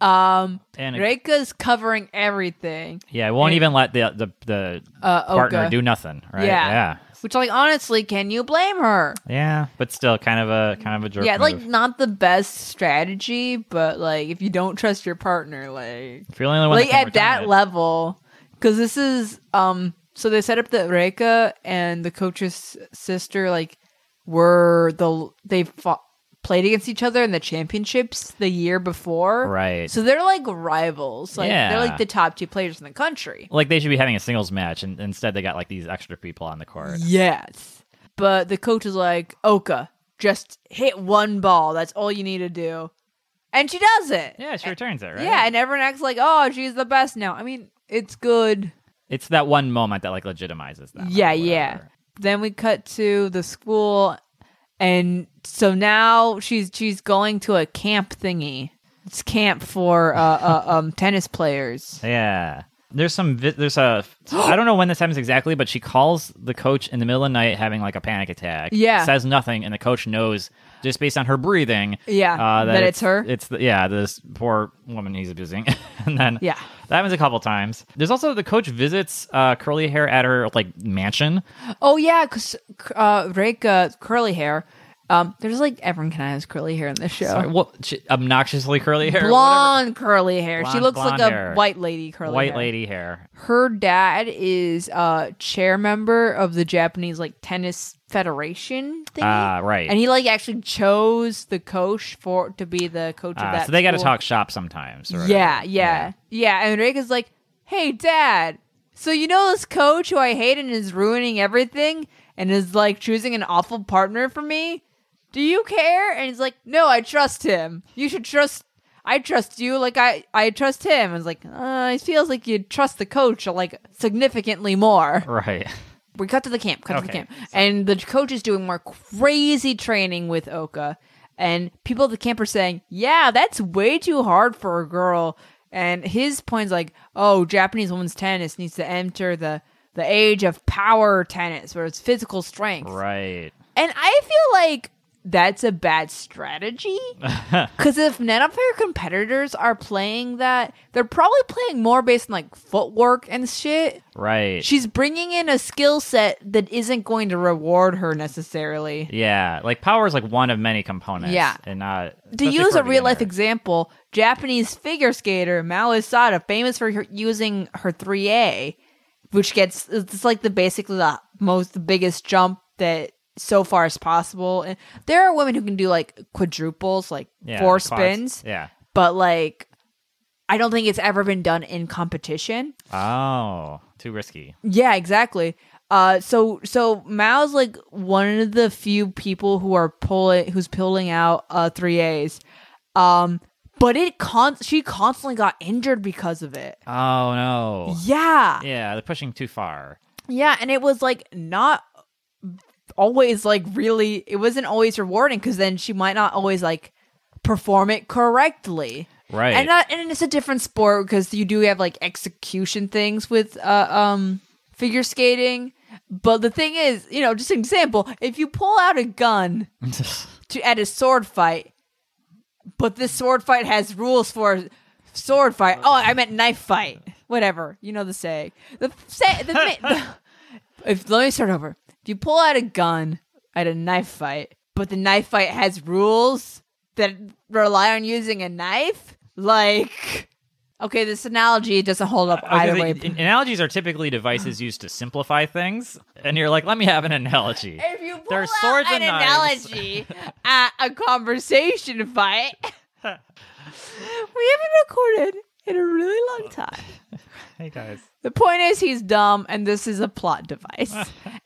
Um And- Reika's covering everything. Yeah, it won't And- even let the the, the Uh, partner Oka. do nothing. Right. Yeah. Yeah. Which like honestly, can you blame her? Yeah, But still, kind of a kind of a jerk. Yeah, like move. not the best strategy, but like if you don't trust your partner, like if you're the only one like can at that return it. level because this is um so they set up that Reika and the coach's sister like were the they fought, played against each other in the championships the year before. Right. So they're like rivals. Like they're Yeah. like the top two players in the country. Like they should be having a singles match, and instead they got like these extra people on the court. Yes. But the coach is like, Oka, just hit one ball. That's all you need to do. And she does it. Yeah, she returns it, right? Yeah, and everyone acts like, oh, she's the best now. I mean, it's good. It's that one moment that like legitimizes that. yeah, yeah. Then we cut to the school, and so now she's she's going to a camp thingy. It's camp for uh, uh um tennis players. Yeah. There's some. Vi- there's a. I don't know when this happens exactly, but she calls the coach in the middle of the night having like a panic attack. Yeah. Says nothing, and the coach knows just based on her breathing. uh, Yeah, that it's her. It's the, yeah, this poor woman he's abusing, and then Yeah. that happens a couple times. There's also the coach visits uh, curly hair at her like mansion. Oh yeah, cause uh, Reika curly hair. Um, there's like everyone kind of has curly hair in this show. Sorry, what she, obnoxiously curly hair, blonde curly hair. she Blonde- looks like blonde a hair. white lady curly whatever. white hair. lady hair. Her dad is a chair member of the Japanese like tennis federation thing. Ah, right. And he like actually chose the coach for to be the coach of Ah, that. so they got to school. talk shop sometimes. or Yeah, yeah, whatever. yeah, And Reika's like, "Hey, dad. So you know this coach who I hate and is ruining everything and is like choosing an awful partner for me? Do you care?" And he's like, "No, I trust him. You should trust. I trust you. Like I, I trust him." And it's like, uh, it feels like you trust the coach like significantly more. Right. We cut to the camp. Cut to the Okay. camp. And the coach is doing more crazy training with Oka. And people at the camp are saying, yeah, that's way too hard for a girl. And his point's like, oh, Japanese women's tennis needs to enter the, the age of power tennis, where it's physical strength. Right. And I feel like that's a bad strategy. Because if none of your competitors are playing that, they're probably playing more based on like footwork and shit. Right. She's bringing in a skill set that isn't going to reward her necessarily. Yeah, like power is like one of many components. Yeah. and not To especially use for a real life beginner. example, Japanese figure skater Mao Isada, famous for her using her 3A, which gets it's like the basically the most the biggest jump that so far as possible. And there are women who can do like quadruples, like Yeah, four quads. spins, Yeah. but like I don't think it's ever been done in competition. Oh, too risky. Yeah, exactly. Uh, so so Mao's like one of the few people who are pulling who's pulling out uh three A's, um, but it con she constantly got injured because of it. Oh no. Yeah, Yeah, they're pushing too far. yeah, and it was like not always like really it wasn't always rewarding because then she might not always like perform it correctly. Right. And not, and it's a different sport because you do have like execution things with uh, um figure skating. But the thing is, you know, just an example, if you pull out a gun to at a sword fight, but this sword fight has rules for sword fight. Oh, I meant knife fight. Whatever. You know the saying. The say the, ma- the if let me start over. If you pull out a gun at a knife fight, but the knife fight has rules that rely on using a knife, like okay, this analogy doesn't hold up I was either gonna way. say, an- analogies are typically devices used to simplify things, and you're like, let me have an analogy. if you pull There are out swords an and knives. analogy at a conversation fight, we haven't recorded in a really long time. Hey guys. The point is, he's dumb, and this is a plot device.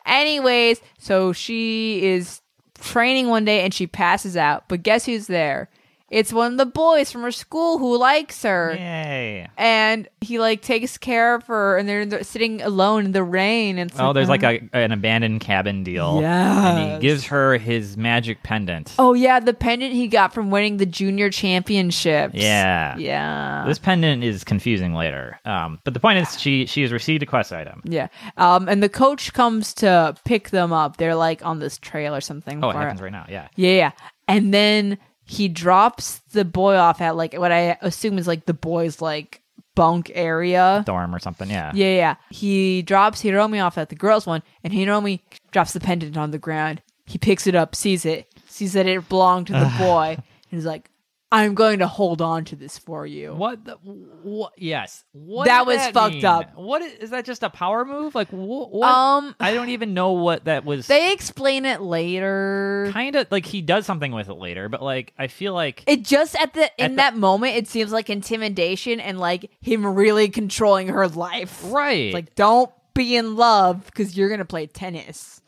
Anyways, so she is training one day and she passes out, but guess who's there? It's one of the boys from her school who likes her. Yay. And he like takes care of her, and they're, they're sitting alone in the rain. And it's "Mm." Oh, there's like a, an abandoned cabin deal. And he Yes. gives her his magic pendant. oh yeah, the pendant he got from winning the junior championships. Yeah. yeah, This pendant is confusing later. Um, but the point is, she she has received a quest item. yeah. Um, and the coach comes to pick them up. They're like on this trail or something. Oh, it for- happens right now. Yeah. Yeah, yeah. And then he drops the boy off at like what I assume is like the boy's like bunk area. Dorm or something. Yeah. Yeah, yeah. He drops Hiromi off at the girls' one, and Hiromi drops the pendant on the ground. He picks it up, sees it, sees that it belonged to the boy, and he's like, I'm going to hold on to this for you. What the? What? Yes. What That did was fucked mean? up. What is, is that? Just a power move? Like wh- what? Um, I don't even know what that was. they explain it later. kind of like he does something with it later, but like I feel like It just at the in the- that moment, it seems like intimidation and like him really controlling her life. right, It's like don't be in love because you're gonna play tennis.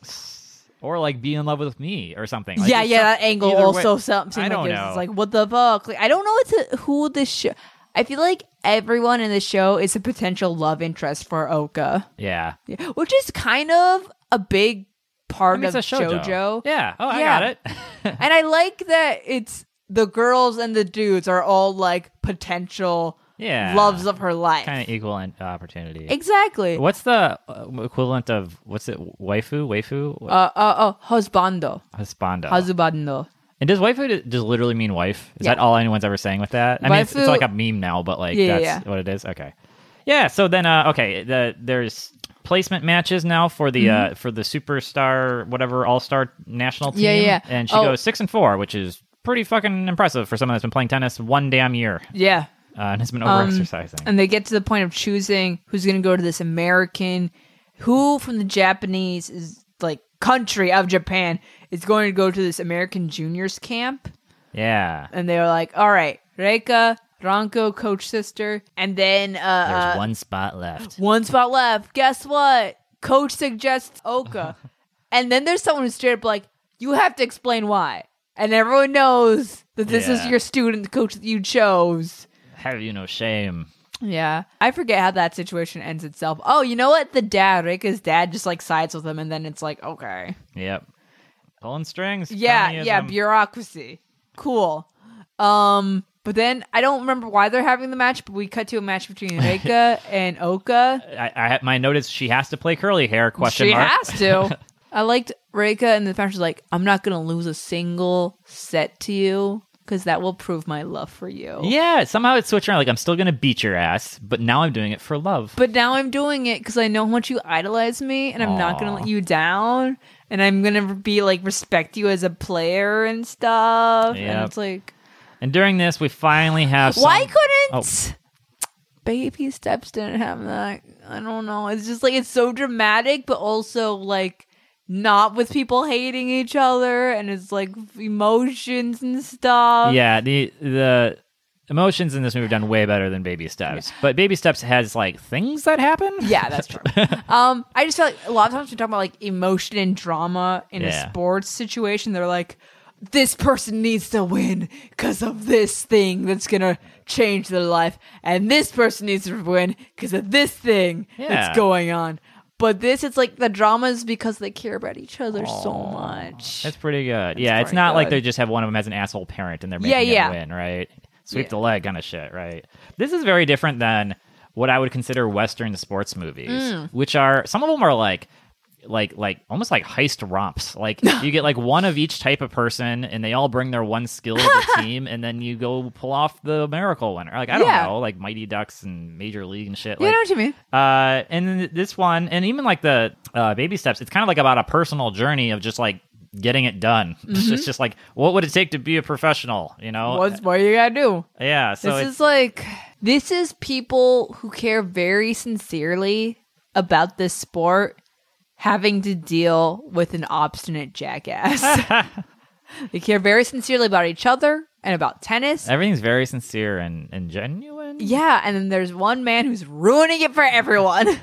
or like be in love with me or something. Like, yeah, it's yeah, some- that angle either way- also something. I like don't it's- know. It's like what the fuck? Like I don't know what to, who this show. I feel like everyone in the show is a potential love interest for Oka, yeah, Yeah, which is kind of a big I part mean, of it's a shoujo. JoJo. Yeah. Oh, I Yeah. got it. And I like that it's the girls and the dudes are all like potential yeah, e- loves of her life. kind of equal in- uh, opportunity. Exactly. What's the uh, equivalent of what's it? Waifu, waifu, Uh, uh, oh, husbando, husbando. husbando. And does waifu d- just literally mean wife? Is Yeah. that all anyone's ever saying with that? I mean, it's, it's Waifu- like a meme now, but like Yeah, that's yeah. what it is. Okay, yeah. So then, uh, okay, the, there's placement matches now for the Mm-hmm. uh, for the superstar whatever all star national team. Yeah, yeah. And she Oh. goes six and four, which is pretty fucking impressive for someone that's been playing tennis one damn year Yeah. uh, and has been over exercising. Um, And they get to the point of choosing who's going to go to this American, who from the Japanese is like country of Japan is going to go to this American juniors camp. yeah. And they were like, all right, Reika, Ronko, coach sister. And then uh, There's uh, one spot left. One spot left. Guess what? Coach suggests Oka. and then there's someone who's straight up like, you have to explain why. And everyone knows that this is Yeah. your student coach that you chose. Have you no shame? Yeah. I forget how that situation ends itself. Oh, you know what? The dad, Rika's dad just like sides with him and then it's like, okay. Yep. Pulling strings. Yeah, yeah, cronyism. bureaucracy. Cool. Um, but then I don't remember why they're having the match, but we cut to a match between Rika and Oka. I, I my note is she has to play curly hair question she mark. has to. I liked Reika and the fact she's like, I'm not gonna lose a single set to you because that will prove my love for you. Yeah, somehow it's switching around. Like I'm still gonna beat your ass, but now I'm doing it for love. But now I'm doing it because I know how much you idolize me, and I'm not gonna Aw. let you down, and I'm gonna be like respect you as a player and stuff. Yep. And it's like, and during this, we finally have. Some, Oh. why couldn't Baby Steps didn't have that? I don't know. It's just like it's so dramatic, but also like not with people hating each other, and it's like emotions and stuff. yeah, the the emotions in this movie are done way better than Baby Steps. But Baby Steps has like things that happen. Yeah, that's true. um, I just feel like a lot of times we talk about like emotion and drama in Yeah. a sports situation. They're like, this person needs to win because of this thing that's gonna change their life, and this person needs to win because of this thing Yeah. that's going on. But this, it's like the drama is because they care about each other so much. That's pretty good. yeah, it's pretty not like good. they just have one of them as an asshole parent and they're making Yeah, him yeah. win, right? Sweep Yeah. the leg kind of shit, right? This is very different than what I would consider Western sports movies, Mm. which are some of them are like like like almost like heist romps. Like you get like one of each type of person and they all bring their one skill to the team and then you go pull off the miracle winner. Like I don't Yeah. know, like Mighty Ducks and Major League and shit. you like, know what I mean? uh, and then this one, and even like the uh, baby steps, it's kind of like about a personal journey of just like getting it done. It's just- just like what would it take to be a professional, you know? What's Mm-hmm. what you gotta do? yeah. So this it's, is like this is people who care very sincerely about this sport having to deal with an obstinate jackass. they care very sincerely about each other and about tennis. everything's very sincere and, and genuine. Yeah, and then there's one man who's ruining it for everyone.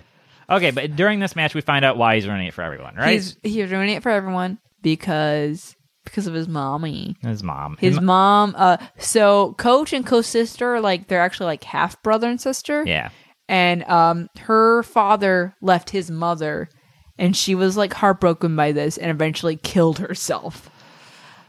Okay, but during this match, we find out why he's ruining it for everyone, right? He's he's ruining it for everyone because because of his mommy. his mom. His mo- mom uh so coach and co-sister like they're actually like half brother and sister. Yeah. and um her father left his mother and she was like heartbroken by this and eventually killed herself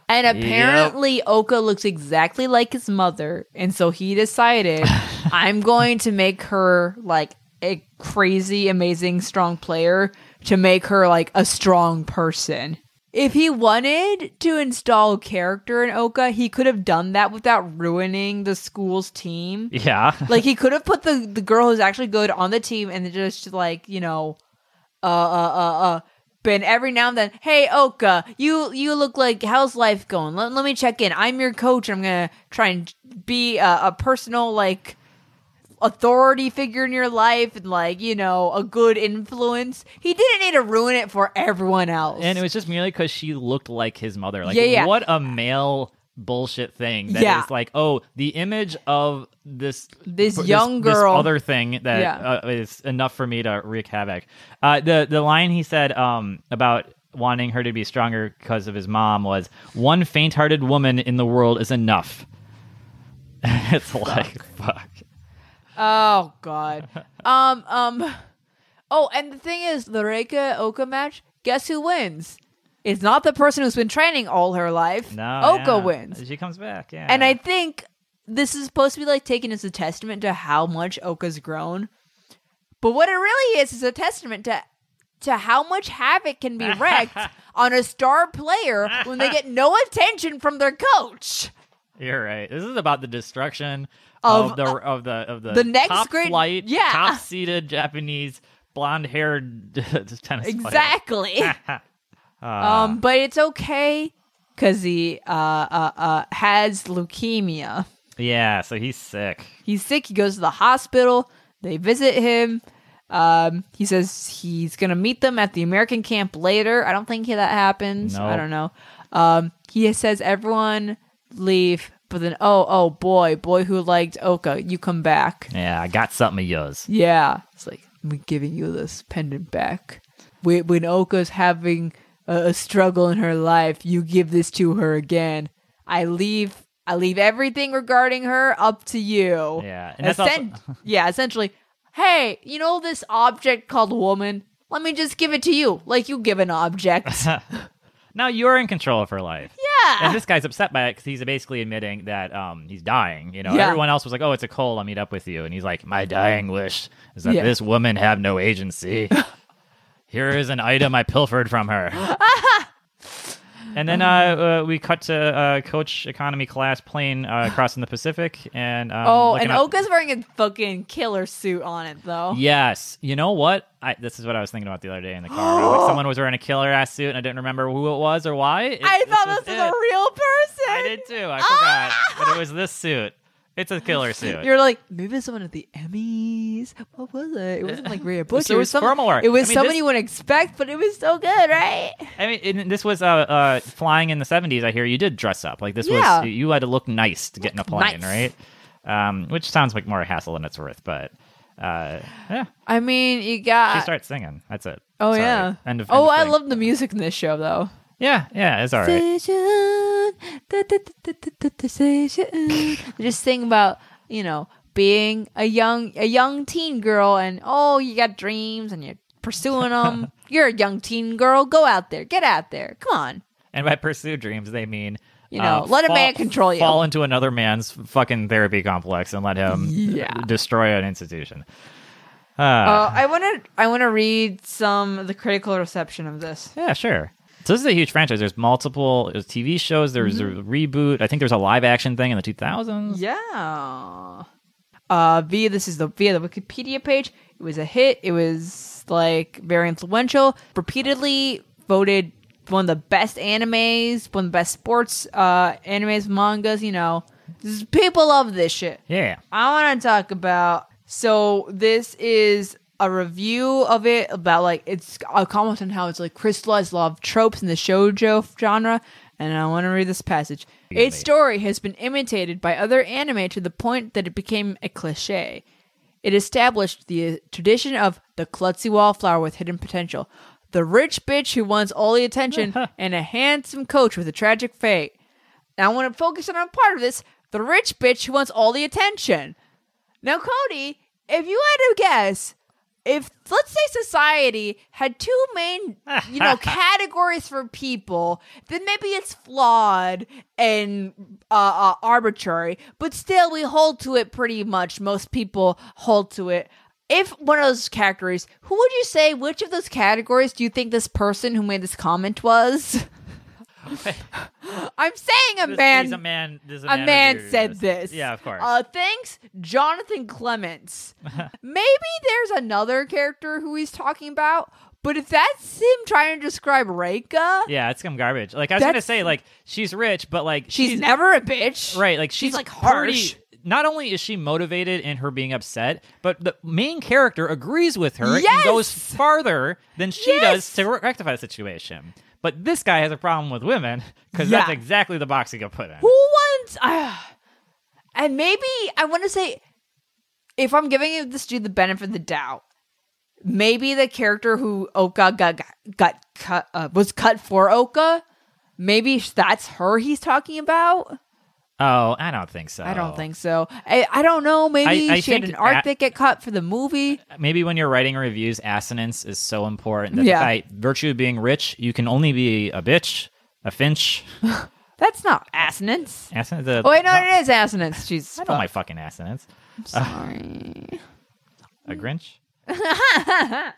and apparently oka looks exactly like his mother and so he decided i'm going to make her like a crazy amazing strong player to make her like a strong person if he wanted to install character in oka he could have done that without ruining the school's team Yeah. like he could have put the the girl who's actually good on the team and then just like you know, uh uh uh uh been every now and then, hey Oka, you you look like how's life going? Let, let me check in. I'm your coach. and I'm gonna try and be a, a personal like authority figure in your life and like you know a good influence. He didn't need to ruin it for everyone else. And it was just merely because she looked like his mother. Like, Yeah, yeah. what a male bullshit thing that is Yeah. like, oh, the image of this This b- young this girl. other thing that Yeah. uh, is enough for me to wreak havoc. Uh, the the line he said um, about wanting her to be stronger because of his mom was, "One faint-hearted woman in the world is enough." it's like fuck. Oh God. um um. Oh, and the thing is, the Reika Oka match. Guess who wins? It's not the person who's been training all her life. No, Oka yeah. wins, She comes back, yeah. and I think this is supposed to be like taken as a testament to how much Oka's grown. But what it really is is a testament to to how much havoc can be wrecked on a star player when they get no attention from their coach. You're right. This is about the destruction Of, uh, of, the of the of the, the next top great- flight, yeah. top seated Japanese blonde haired tennis player. Exactly. um, but it's okay because he uh, uh, uh, has leukemia. Yeah, so he's sick. He's sick. He goes to the hospital. They visit him. Um, he says he's gonna meet them at the American camp later. I don't think that happens. No. I don't know. Um, he says everyone leave, but then oh oh boy boy who liked Oka, you come back. Yeah, I got something of yours. Yeah. It's like, I'm giving you this pendant back. When, when Oka's having a, a struggle in her life, you give this to her again. I leave. I leave everything regarding her up to you. Yeah, and that's also- yeah, essentially, hey, you know this object called woman? Let me just give it to you, like you give an object. Now you're in control of her life. yeah. And this guy's upset by it because he's basically admitting that um, he's dying. You know, Yeah. everyone else was like, "Oh, it's a cold. I'll meet up with you." And he's like, "My dying wish is that Yeah. this woman have no agency. Here is an item I pilfered from her." and then Oh, uh, uh, we cut to uh, Coach Economy Class plane uh, crossing the Pacific, and um, Oh, looking and up- Oka's wearing a fucking killer suit on it though. Yes, you know what? I, this is what I was thinking about the other day in the car. I was like, someone was wearing a killer ass suit, and I didn't remember who it was or why. It- I thought this was it. a real person. I did too. I forgot. But it was this suit. It's a killer suit. Ah! You're like, maybe it's someone at the Emmys. What was it? It wasn't like Rhea Bush. So it was some- formal wear. It was I mean, someone this- you wouldn't expect, but it was so good, right? I mean, and this was uh, uh, flying in the 70s, I hear. You did dress up. Like, this Yeah. was, you had to look nice to get in a plane, nice. right? Um, which sounds like more hassle than it's worth, but uh, yeah, I mean, you she got. starts singing. That's it. Uh, oh Sorry. yeah. End of, oh, end of I thing. love the music in this show though. Yeah, yeah, it's all right. Decision, da- da- da- da- da- decision. They Just sing about you know being a young a young teen girl, and oh, you got dreams, and you're pursuing them. you're a young teen girl. Go out there, get out there. Come on. And by pursue dreams, they mean uh, You know, let a man control you. Fall into another man's fucking therapy complex and let him Yeah. destroy an institution. Uh, Uh, I want to. I want to read some of the critical reception of this. Yeah, sure. So this is a huge franchise. There's multiple there's TV shows. There's Mm-hmm. a reboot. I think there's a live action thing in the 2000s. Yeah. Uh, via this is the via the Wikipedia page. It was a hit. It was like very influential. Repeatedly voted one of the best animes, one of the best sports uh, animes, mangas. You know, This- people love this shit. Yeah. I want to talk about. So this is a review of it about like it's a comment on how it's like crystallized a lot of tropes in the shoujo genre. And I want to read this passage. Its story has been imitated by other anime to the point that it became a cliche. It established the uh, tradition of the klutzy wallflower with hidden potential, the rich bitch who wants all the attention, and a handsome coach with a tragic fate. Now I want to focus on a part of this the rich bitch who wants all the attention. Now, Cody, if you had to guess, if let's say society had two main, you know, categories for people, then maybe it's flawed and uh, uh, arbitrary. But still, we hold to it pretty much. Most people hold to it. If one of those categories, who would you say? Which of those categories do you think this person who made this comment was? I'm saying a This- man he's a man. This is a a man, man who- said this. Uh, Yeah, of course. Uh, thanks, Jonathan Clements. Maybe there's another character who he's talking about, But if that's him trying to describe Reika, Yeah, it's some garbage. Like I was gonna That's- say, like she's rich, but like she's, never a bitch. right. Like she's, like, pretty- harsh. Not only is she motivated in her being upset, but the main character agrees with her and Yes! goes farther than she does Yes! to re- rectify the situation. But this guy has a problem with women because that's Yeah. exactly the box he got put in. Who wants? Uh, and maybe I want to say, if I'm giving this dude the benefit of the doubt, maybe the character who Oka got got cut uh, was cut for Oka. Maybe that's her he's talking about. Oh, I don't think so. I don't think so. I, I don't know. Maybe I she had think Uh, an art that- that get cut for the movie. maybe when you're writing reviews, assonance is so important. That Yeah. by virtue of being rich, you can only be a bitch, a finch. That's not assonance. Assonance. the- Oh wait, no, it is assonance. She's I know my fucking assonance. sorry. A Grinch? that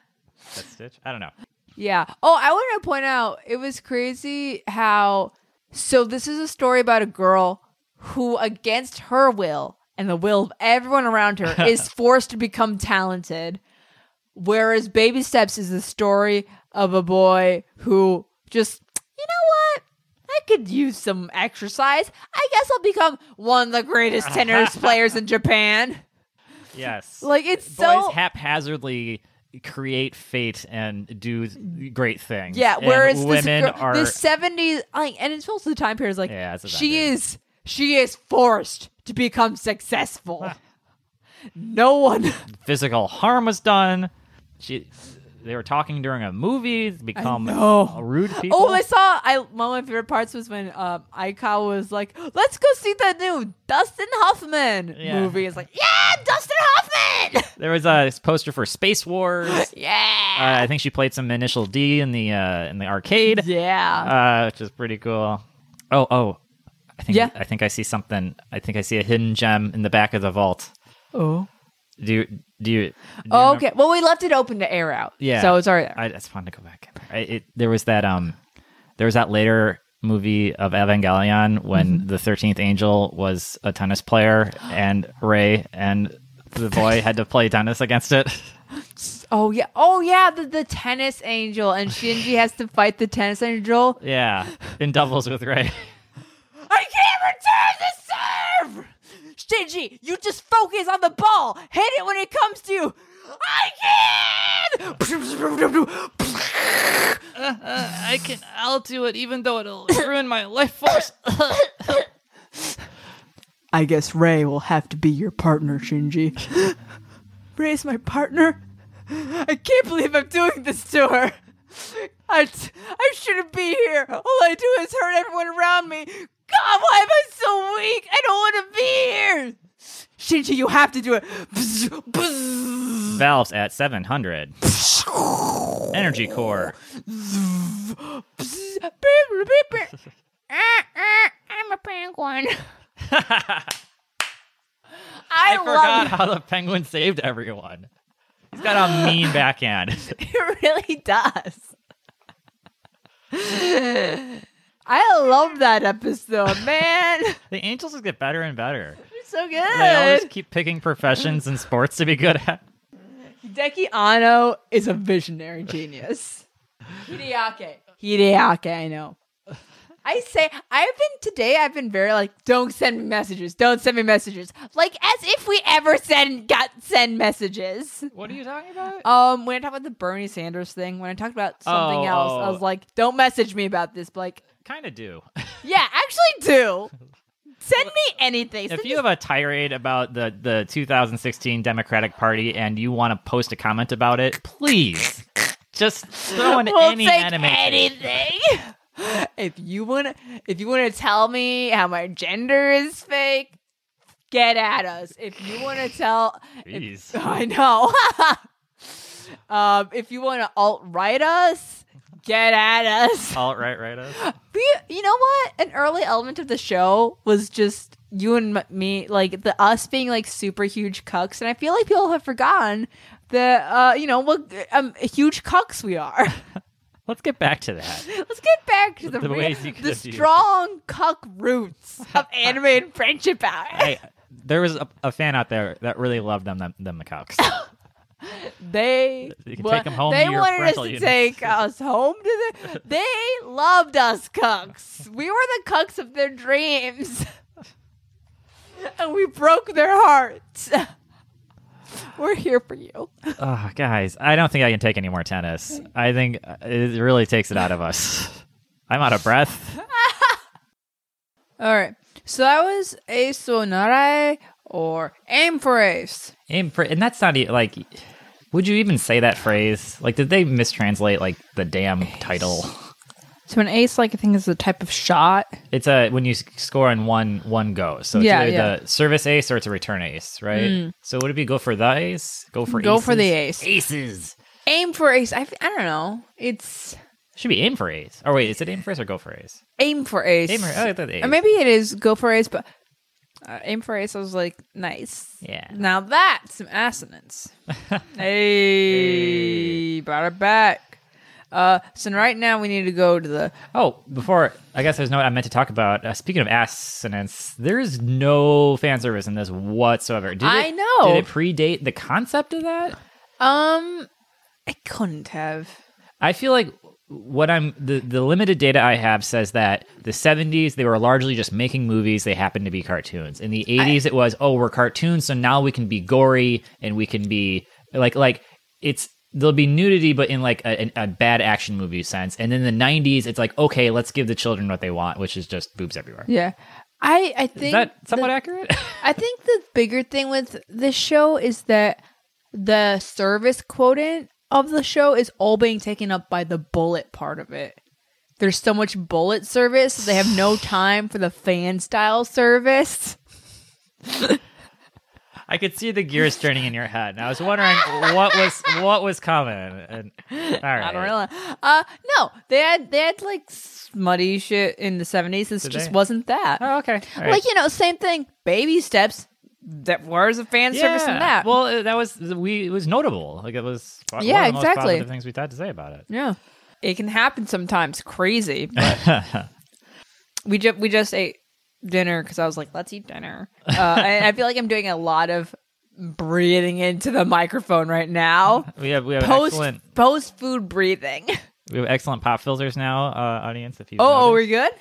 Stitch? I don't know. Yeah. Oh, I want to point out it was crazy how. So, this is a story about a girl who, against her will and the will of everyone around her, is forced to become talented. Whereas Baby Steps is the story of a boy who just, you know what? I could use some exercise. I guess I'll become one of the greatest tennis players in Japan. Yes. Like, it's Boys so. haphazardly create fate and do great things. Yeah, And whereas women this girl, are the seventies, like, and it's also the time period is like, Yeah, it's the time she period. is she is forced to become successful. no one, physical harm was done. She they were talking during a movie, become know. rude people. Oh, I saw. I one of my favorite parts was when um, Aikawa was like, "Let's go see that new Dustin Hoffman Yeah. movie." It's like, yeah, Dustin Hoffman. there was a poster for Space Wars. Uh, yeah, I think she played some initial D in the uh, in the arcade. yeah. uh, which is pretty cool. Oh, oh, I think Yeah. I think I see something. I think I see a hidden gem in the back of the vault. oh, Do you, do you? do you okay. Well, we left it open to air out. Yeah. so it's already there. remember- I just wanted to go back. in there. I, it, there was that um, there was that later movie of Evangelion when Mm-hmm. the thirteenth angel was a tennis player and Ray and the boy had to play tennis against it. Oh yeah, oh yeah, the, the tennis angel and Shinji has to fight the tennis angel. yeah, in doubles with Ray. I can't return the serve. Shinji, you just focus on the ball. Hit it when it comes to you. I can. I can. I'll do it, even though it'll ruin my life force. Oh, I guess Ray will have to be your partner, Shinji. Ray's my partner. I can't believe I'm doing this to her. I, t- I shouldn't be here. All I do is hurt everyone around me. God, why am I so weak? I don't want to be here. Shinji, you have to do it. Bzz, bzz. valves at 700. Energy core. Bzz, beep, beep, beep. Ah, ah, I'm a penguin. I, I love forgot how the penguin saved everyone. He's got a mean backhand. It really does. I love that episode, man. the angels just get better and better. It's so They always good. keep picking professions and sports to be good at. Deki Ano is a visionary genius. Hideake. Hideake, I know. I say I've been today I've been very like don't send me messages. Don't send me messages. Like as if we ever send got send messages. What are you talking about? Um, when I talked about the Bernie Sanders thing, when I talked about something Oh, else, I oh. was like, don't message me about this. But like, Kind of do. Yeah, actually do. Send me anything. If Send you have a tirade about the, the 2016 Democratic Party and you want to post a comment about it, please just throw in me- we'll any take anime. anything. if you want, if you want to tell me how my gender is fake, get at us. If you want to tell, Jeez. I know. um, if you want to alt right us, get at us. All right, right. Us. We, you know what? An early element of the show was just you and m- me, like the us being like super huge cucks, and I feel like people have forgotten that uh, you know what um, huge cucks we are. Let's get back to that. Let's get back to the The real- ways you could the have used- strong cuck roots of anime and friendship power. I there was a, a fan out there that really loved them them, them the cocks. They You can wa- take 'em home They to your wanted us parental to unit. take us home to the. They loved us cucks. We were the cucks of their dreams, and we broke their hearts. we're here for you. Oh, guys, I don't think I can take any more tennis. I think uh, it really takes it out of us. I'm out of breath. All right. So that was Ace Sonare or Aim for Ace. Impre- and that's not e- like. Would you even say that phrase? Like, did they mistranslate like the damn title? So an ace, like I think, is the type of shot. It's a when you s- score in one one go. So it's Yeah, either yeah. Mm. the service ace or it's a return ace, right? So would it be go for the ace? Go for Go for the aces? ace. Aces Aim for ace. I, f- I don't know. It's should be aim for ace. Or wait, is it aim for ace or go for ace? aim for ace. Aim for oh, I thought ace. Or maybe it is go for ace, but uh, aim for ace. I was like, nice. Yeah. Now that's some assonance. hey, brought it back. Uh, so right now we need to go to the Oh, before I guess there's no I meant to talk about. Uh, speaking of assonance, there's no fan service in this whatsoever. Did I it, know. Did it predate the concept of that? um. I couldn't have. I feel like what I'm the the limited data I have says that the 70s they were largely just making movies. They happened to be cartoons. In the 80s, it was oh we're cartoons, so now we can be gory and we can be like like it's there'll be nudity, but in like a, a bad action movie sense. And then the 90s, it's like okay, let's give the children what they want, which is just boobs everywhere. Yeah. I I think Is that the- somewhat accurate? I think the bigger thing with this show is that the service quotient of the show is all being taken up by the bullet part of it. There's so much bullet service, they have no time for the fan style service. I could see the gears turning in your head, and I was wondering what was what was coming. And, all right. I don't really. Uh, no, they had they had like smutty shit in the '70s. This Did just they? wasn't that. Oh, okay. All right. Like you know, same thing. Baby steps. That where's the fan service in Yeah. that? Well, uh, that was we it was notable. Like it was one Yeah, of the most exactly. positive things we had to say about it. Yeah. It can happen sometimes. Crazy. But we just we just ate dinner because I was like, let's eat dinner. Uh, and I feel like I'm doing a lot of breathing into the microphone right now. We have we have Post excellent post food breathing. we have excellent pop filters now, uh, audience. If you Oh, oh, noticed. we're good.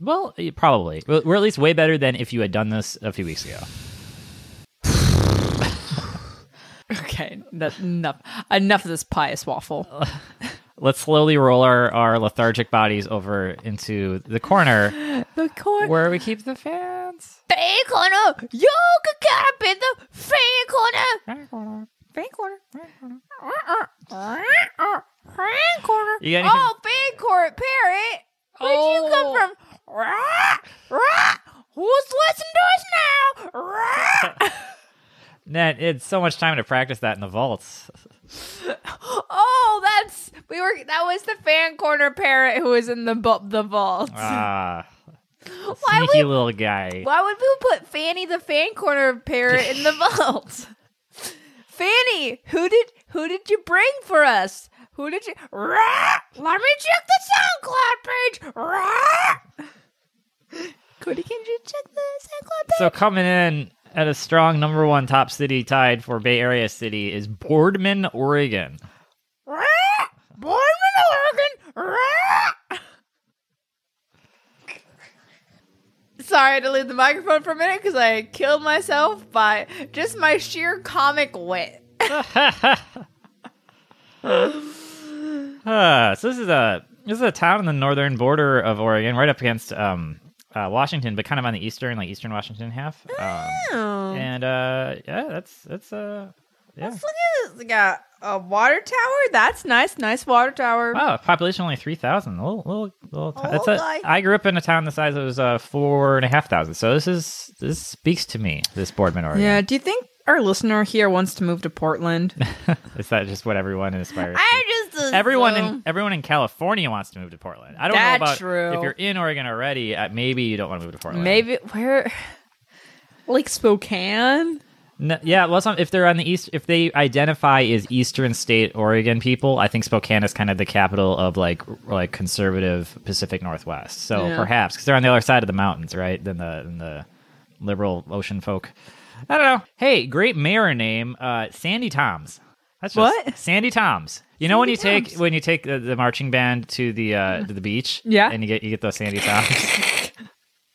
well, y- probably Well, we're at least way better than if you had done this a few weeks ago. Okay, that, enough enough of this pious waffle. Let's slowly roll our, our lethargic bodies over into the corner The corn where we keep the fans. fan corner. You could get up in the fan corner. Fan corner. Fan corner. You got anything- oh, fan corner parrot. Where'd you Oh. come from? Rah, rah. Who's listening to us now? Rah. Ned, it's so much time to practice that in the vaults. oh, that's we were. That was the fan corner parrot who was in the bu- the vault. Ah, Why would- sneaky little guy. Why would we put Fanny the fan corner parrot in the vault? Fanny, who did who did you bring for us? Who did you? Rah! Let me check the SoundCloud page. Rah! Cody, can you check the SoundCloud page? So coming in at a strong number one top city tied for Bay Area city is Boardman, Oregon. Rah! Boardman, Oregon. Rah! Sorry to leave the microphone for a minute because I killed myself by just my sheer comic wit. Uh, so this is a this is a town in the northern border of Oregon, right up against um, uh, Washington, but kind of on the eastern, like eastern Washington half. Oh. Um, and uh, yeah, that's that's uh, yeah. Look at this. They got a water tower. That's nice. Nice water tower. Wow, population only three thousand. Little, little, little. T- that's a, like- I grew up in a town the size of uh, four and a half thousand. So this is this speaks to me. This Boardman, Oregon. Yeah. Do you think our listener here wants to move to Portland? Is that just what everyone aspires? to? I just assume- Everyone in everyone in California wants to move to Portland. I don't um, That's know about true. if you're in Oregon already. Uh, maybe you don't want to move to Portland. maybe where like Spokane. No, yeah. Well, some, if they're on the east, if they identify as Eastern State Oregon people, I think Spokane is kind of the capital of like like conservative Pacific Northwest. So Yeah. perhaps because they're on the other side of the mountains, right? Than the than the liberal ocean folk. I don't know. Hey, great mayor name, uh, Sandy Toms. That's What? just Sandy Toms. You know when you Sandy take when you take the, the marching band to the uh, to the beach, Yeah. and you get you get those Sandy Toms.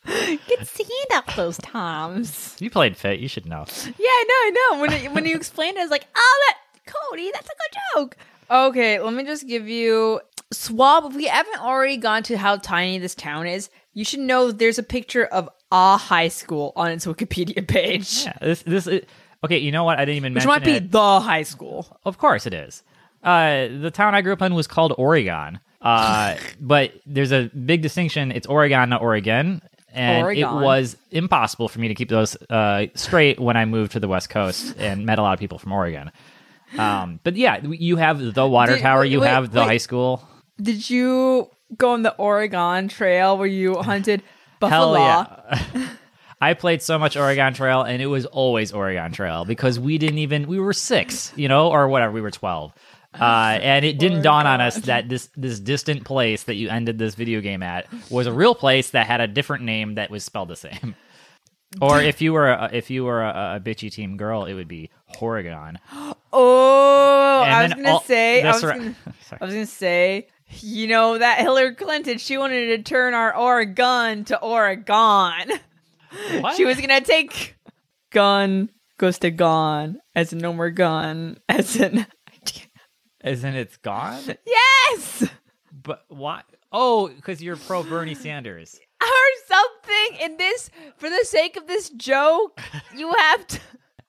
Good seeing up those toms. you played fit, you should know. Yeah, I know, I know. When it, when you explained it, I was like, oh, that Cody, that's a good joke. Okay, let me just give you swab. If we haven't already gone to how tiny this town is, you should know there's a picture of Ah High School on its Wikipedia page, Yeah, this this it, okay. You know what? I didn't even Which mention might be it. the high school. Of course it is. Uh, the town I grew up in was called Oregon. Uh, but there's a big distinction. It's Oregon, not Oregon. And Oregon. it was impossible for me to keep those uh, straight when I moved to the West Coast and met a lot of people from Oregon. Um, but yeah, you have the water Dude, tower, wait, you wait, have the wait. high school. Did you go on the Oregon Trail where you hunted buffalo? Hell yeah. I played so much Oregon Trail, and it was always Oregon Trail because we didn't even we were six, you know, or whatever. We were twelve, uh, and it Oh didn't dawn on us that this this distant place that you ended this video game at was a real place that had a different name that was spelled the same. Or if you were a, if you were a, a bitchy team girl, it would be Oregon. Oh, I was then gonna all- say. I that's was right- gonna, Sorry. I was gonna say. You know that Hillary Clinton, she wanted to turn our Oregon to Oregon. What? She was gonna take gun goes to gone as no more gun as an Isn't it's gone? yes But why? Oh, because you're pro Bernie Sanders. or something in this for the sake of this joke. you have to.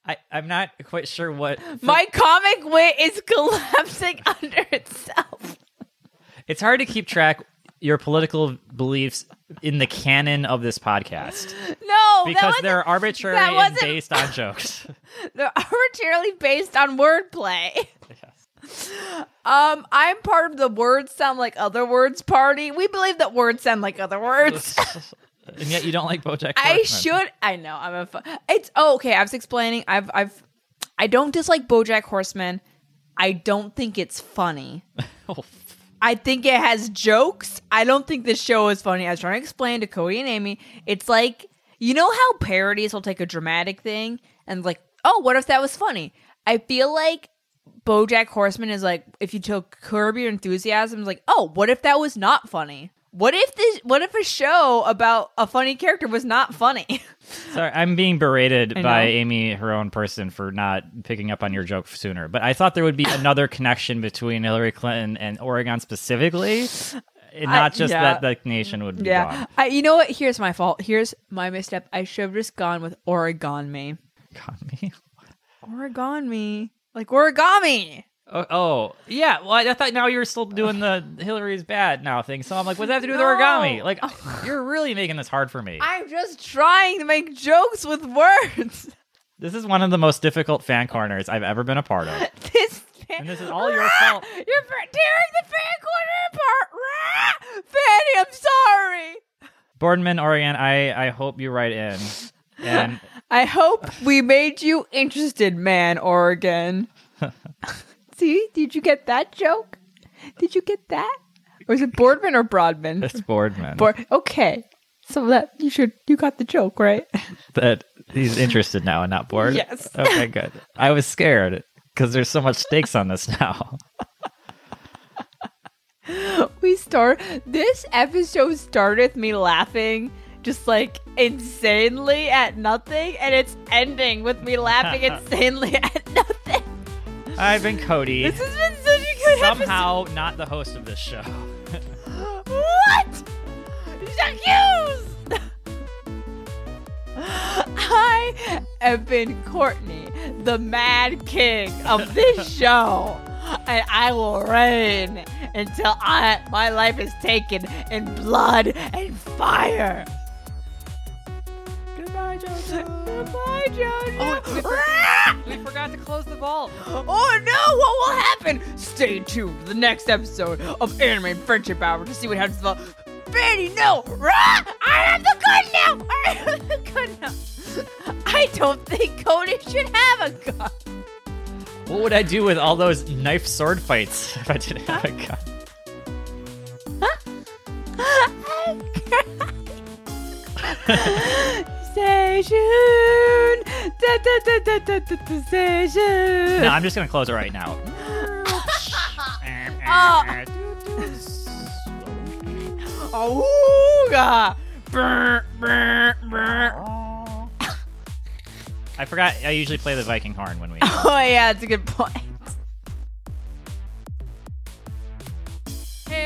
I, I'm not quite sure what My comic wit is collapsing under itself. It's hard to keep track your political beliefs in the canon of this podcast No, Be- that because wasn't- they're arbitrary that and wasn't- based on jokes. they're arbitrarily based on wordplay. Um, I'm part of the words sound like other words party. We believe that words sound like other words. and yet you don't like BoJack. I Horseman. should. I know. I'm a. Fu- it's oh, okay. I was explaining. I've. I've. I don't dislike BoJack Horseman. I don't think it's funny. Oh, f- I think it has jokes. I don't think this show is funny. I was trying to explain to Cody and Amy. It's like you know how parodies will take a dramatic thing and like, oh, what if that was funny? I feel like BoJack Horseman is like if you took Curb Your Enthusiasm, it's like, oh, what if that was not funny? What if this? What if a show about a funny character was not funny? Sorry, I'm being berated I by know. Amy, her own person, for not picking up on your joke sooner. But I thought there would be another connection between Hillary Clinton and Oregon specifically, and not just yeah. that the nation would be yeah, I, you know what? Here's my fault. Here's my misstep. I should have just gone with Oregon me. gone. God, me. Oregon me, like origami. Oh, oh, yeah. Well, I thought now you were still doing the Hillary's bad now thing. So I'm like, what does that have to do with No. origami? Like, oh, you're really making this hard for me. I'm just trying to make jokes with words. This is one of the most difficult fan corners I've ever been a part of. This And this is all your fault. You're fa- tearing the fan corner apart. Rah! Fanny, I'm sorry. Boardman, Orion, I, I hope you write in. And I hope we made you interested, man, Oregon. See, did you get that joke? Did you get that? Or is it Boardman or Broadman? it's Boardman Board- okay. So that you should you got the joke, right? that he's interested now and not bored. Yes. Okay, good. I was scared because there's so much stakes on this now. we start this episode started with me laughing just like insanely at nothing and it's ending with me laughing insanely at nothing I've been Cody, this has been such a good somehow not the host of this show. episode what Jack Hughes I have been Courtney the mad king of this show and I will reign until I, my life is taken in blood and fire. Goodbye, JoJo. Goodbye, JoJo. Oh, we for- Ah! We forgot to close the vault. Oh no! What will happen? Stay tuned for the next episode of Anime Friendship Hour to see what happens. To the Fanny, no! Ah! I am the gun now. I am the gun now. I don't think Cody should have a gun. What would I do with all those knife sword fights if I didn't have a gun? Stay tuned. No, Decision. I'm just gonna close it right now. Awooga. Brr, brr, brr. I forgot. I usually play the Viking horn when we. Oh yeah, it's a good point. Hey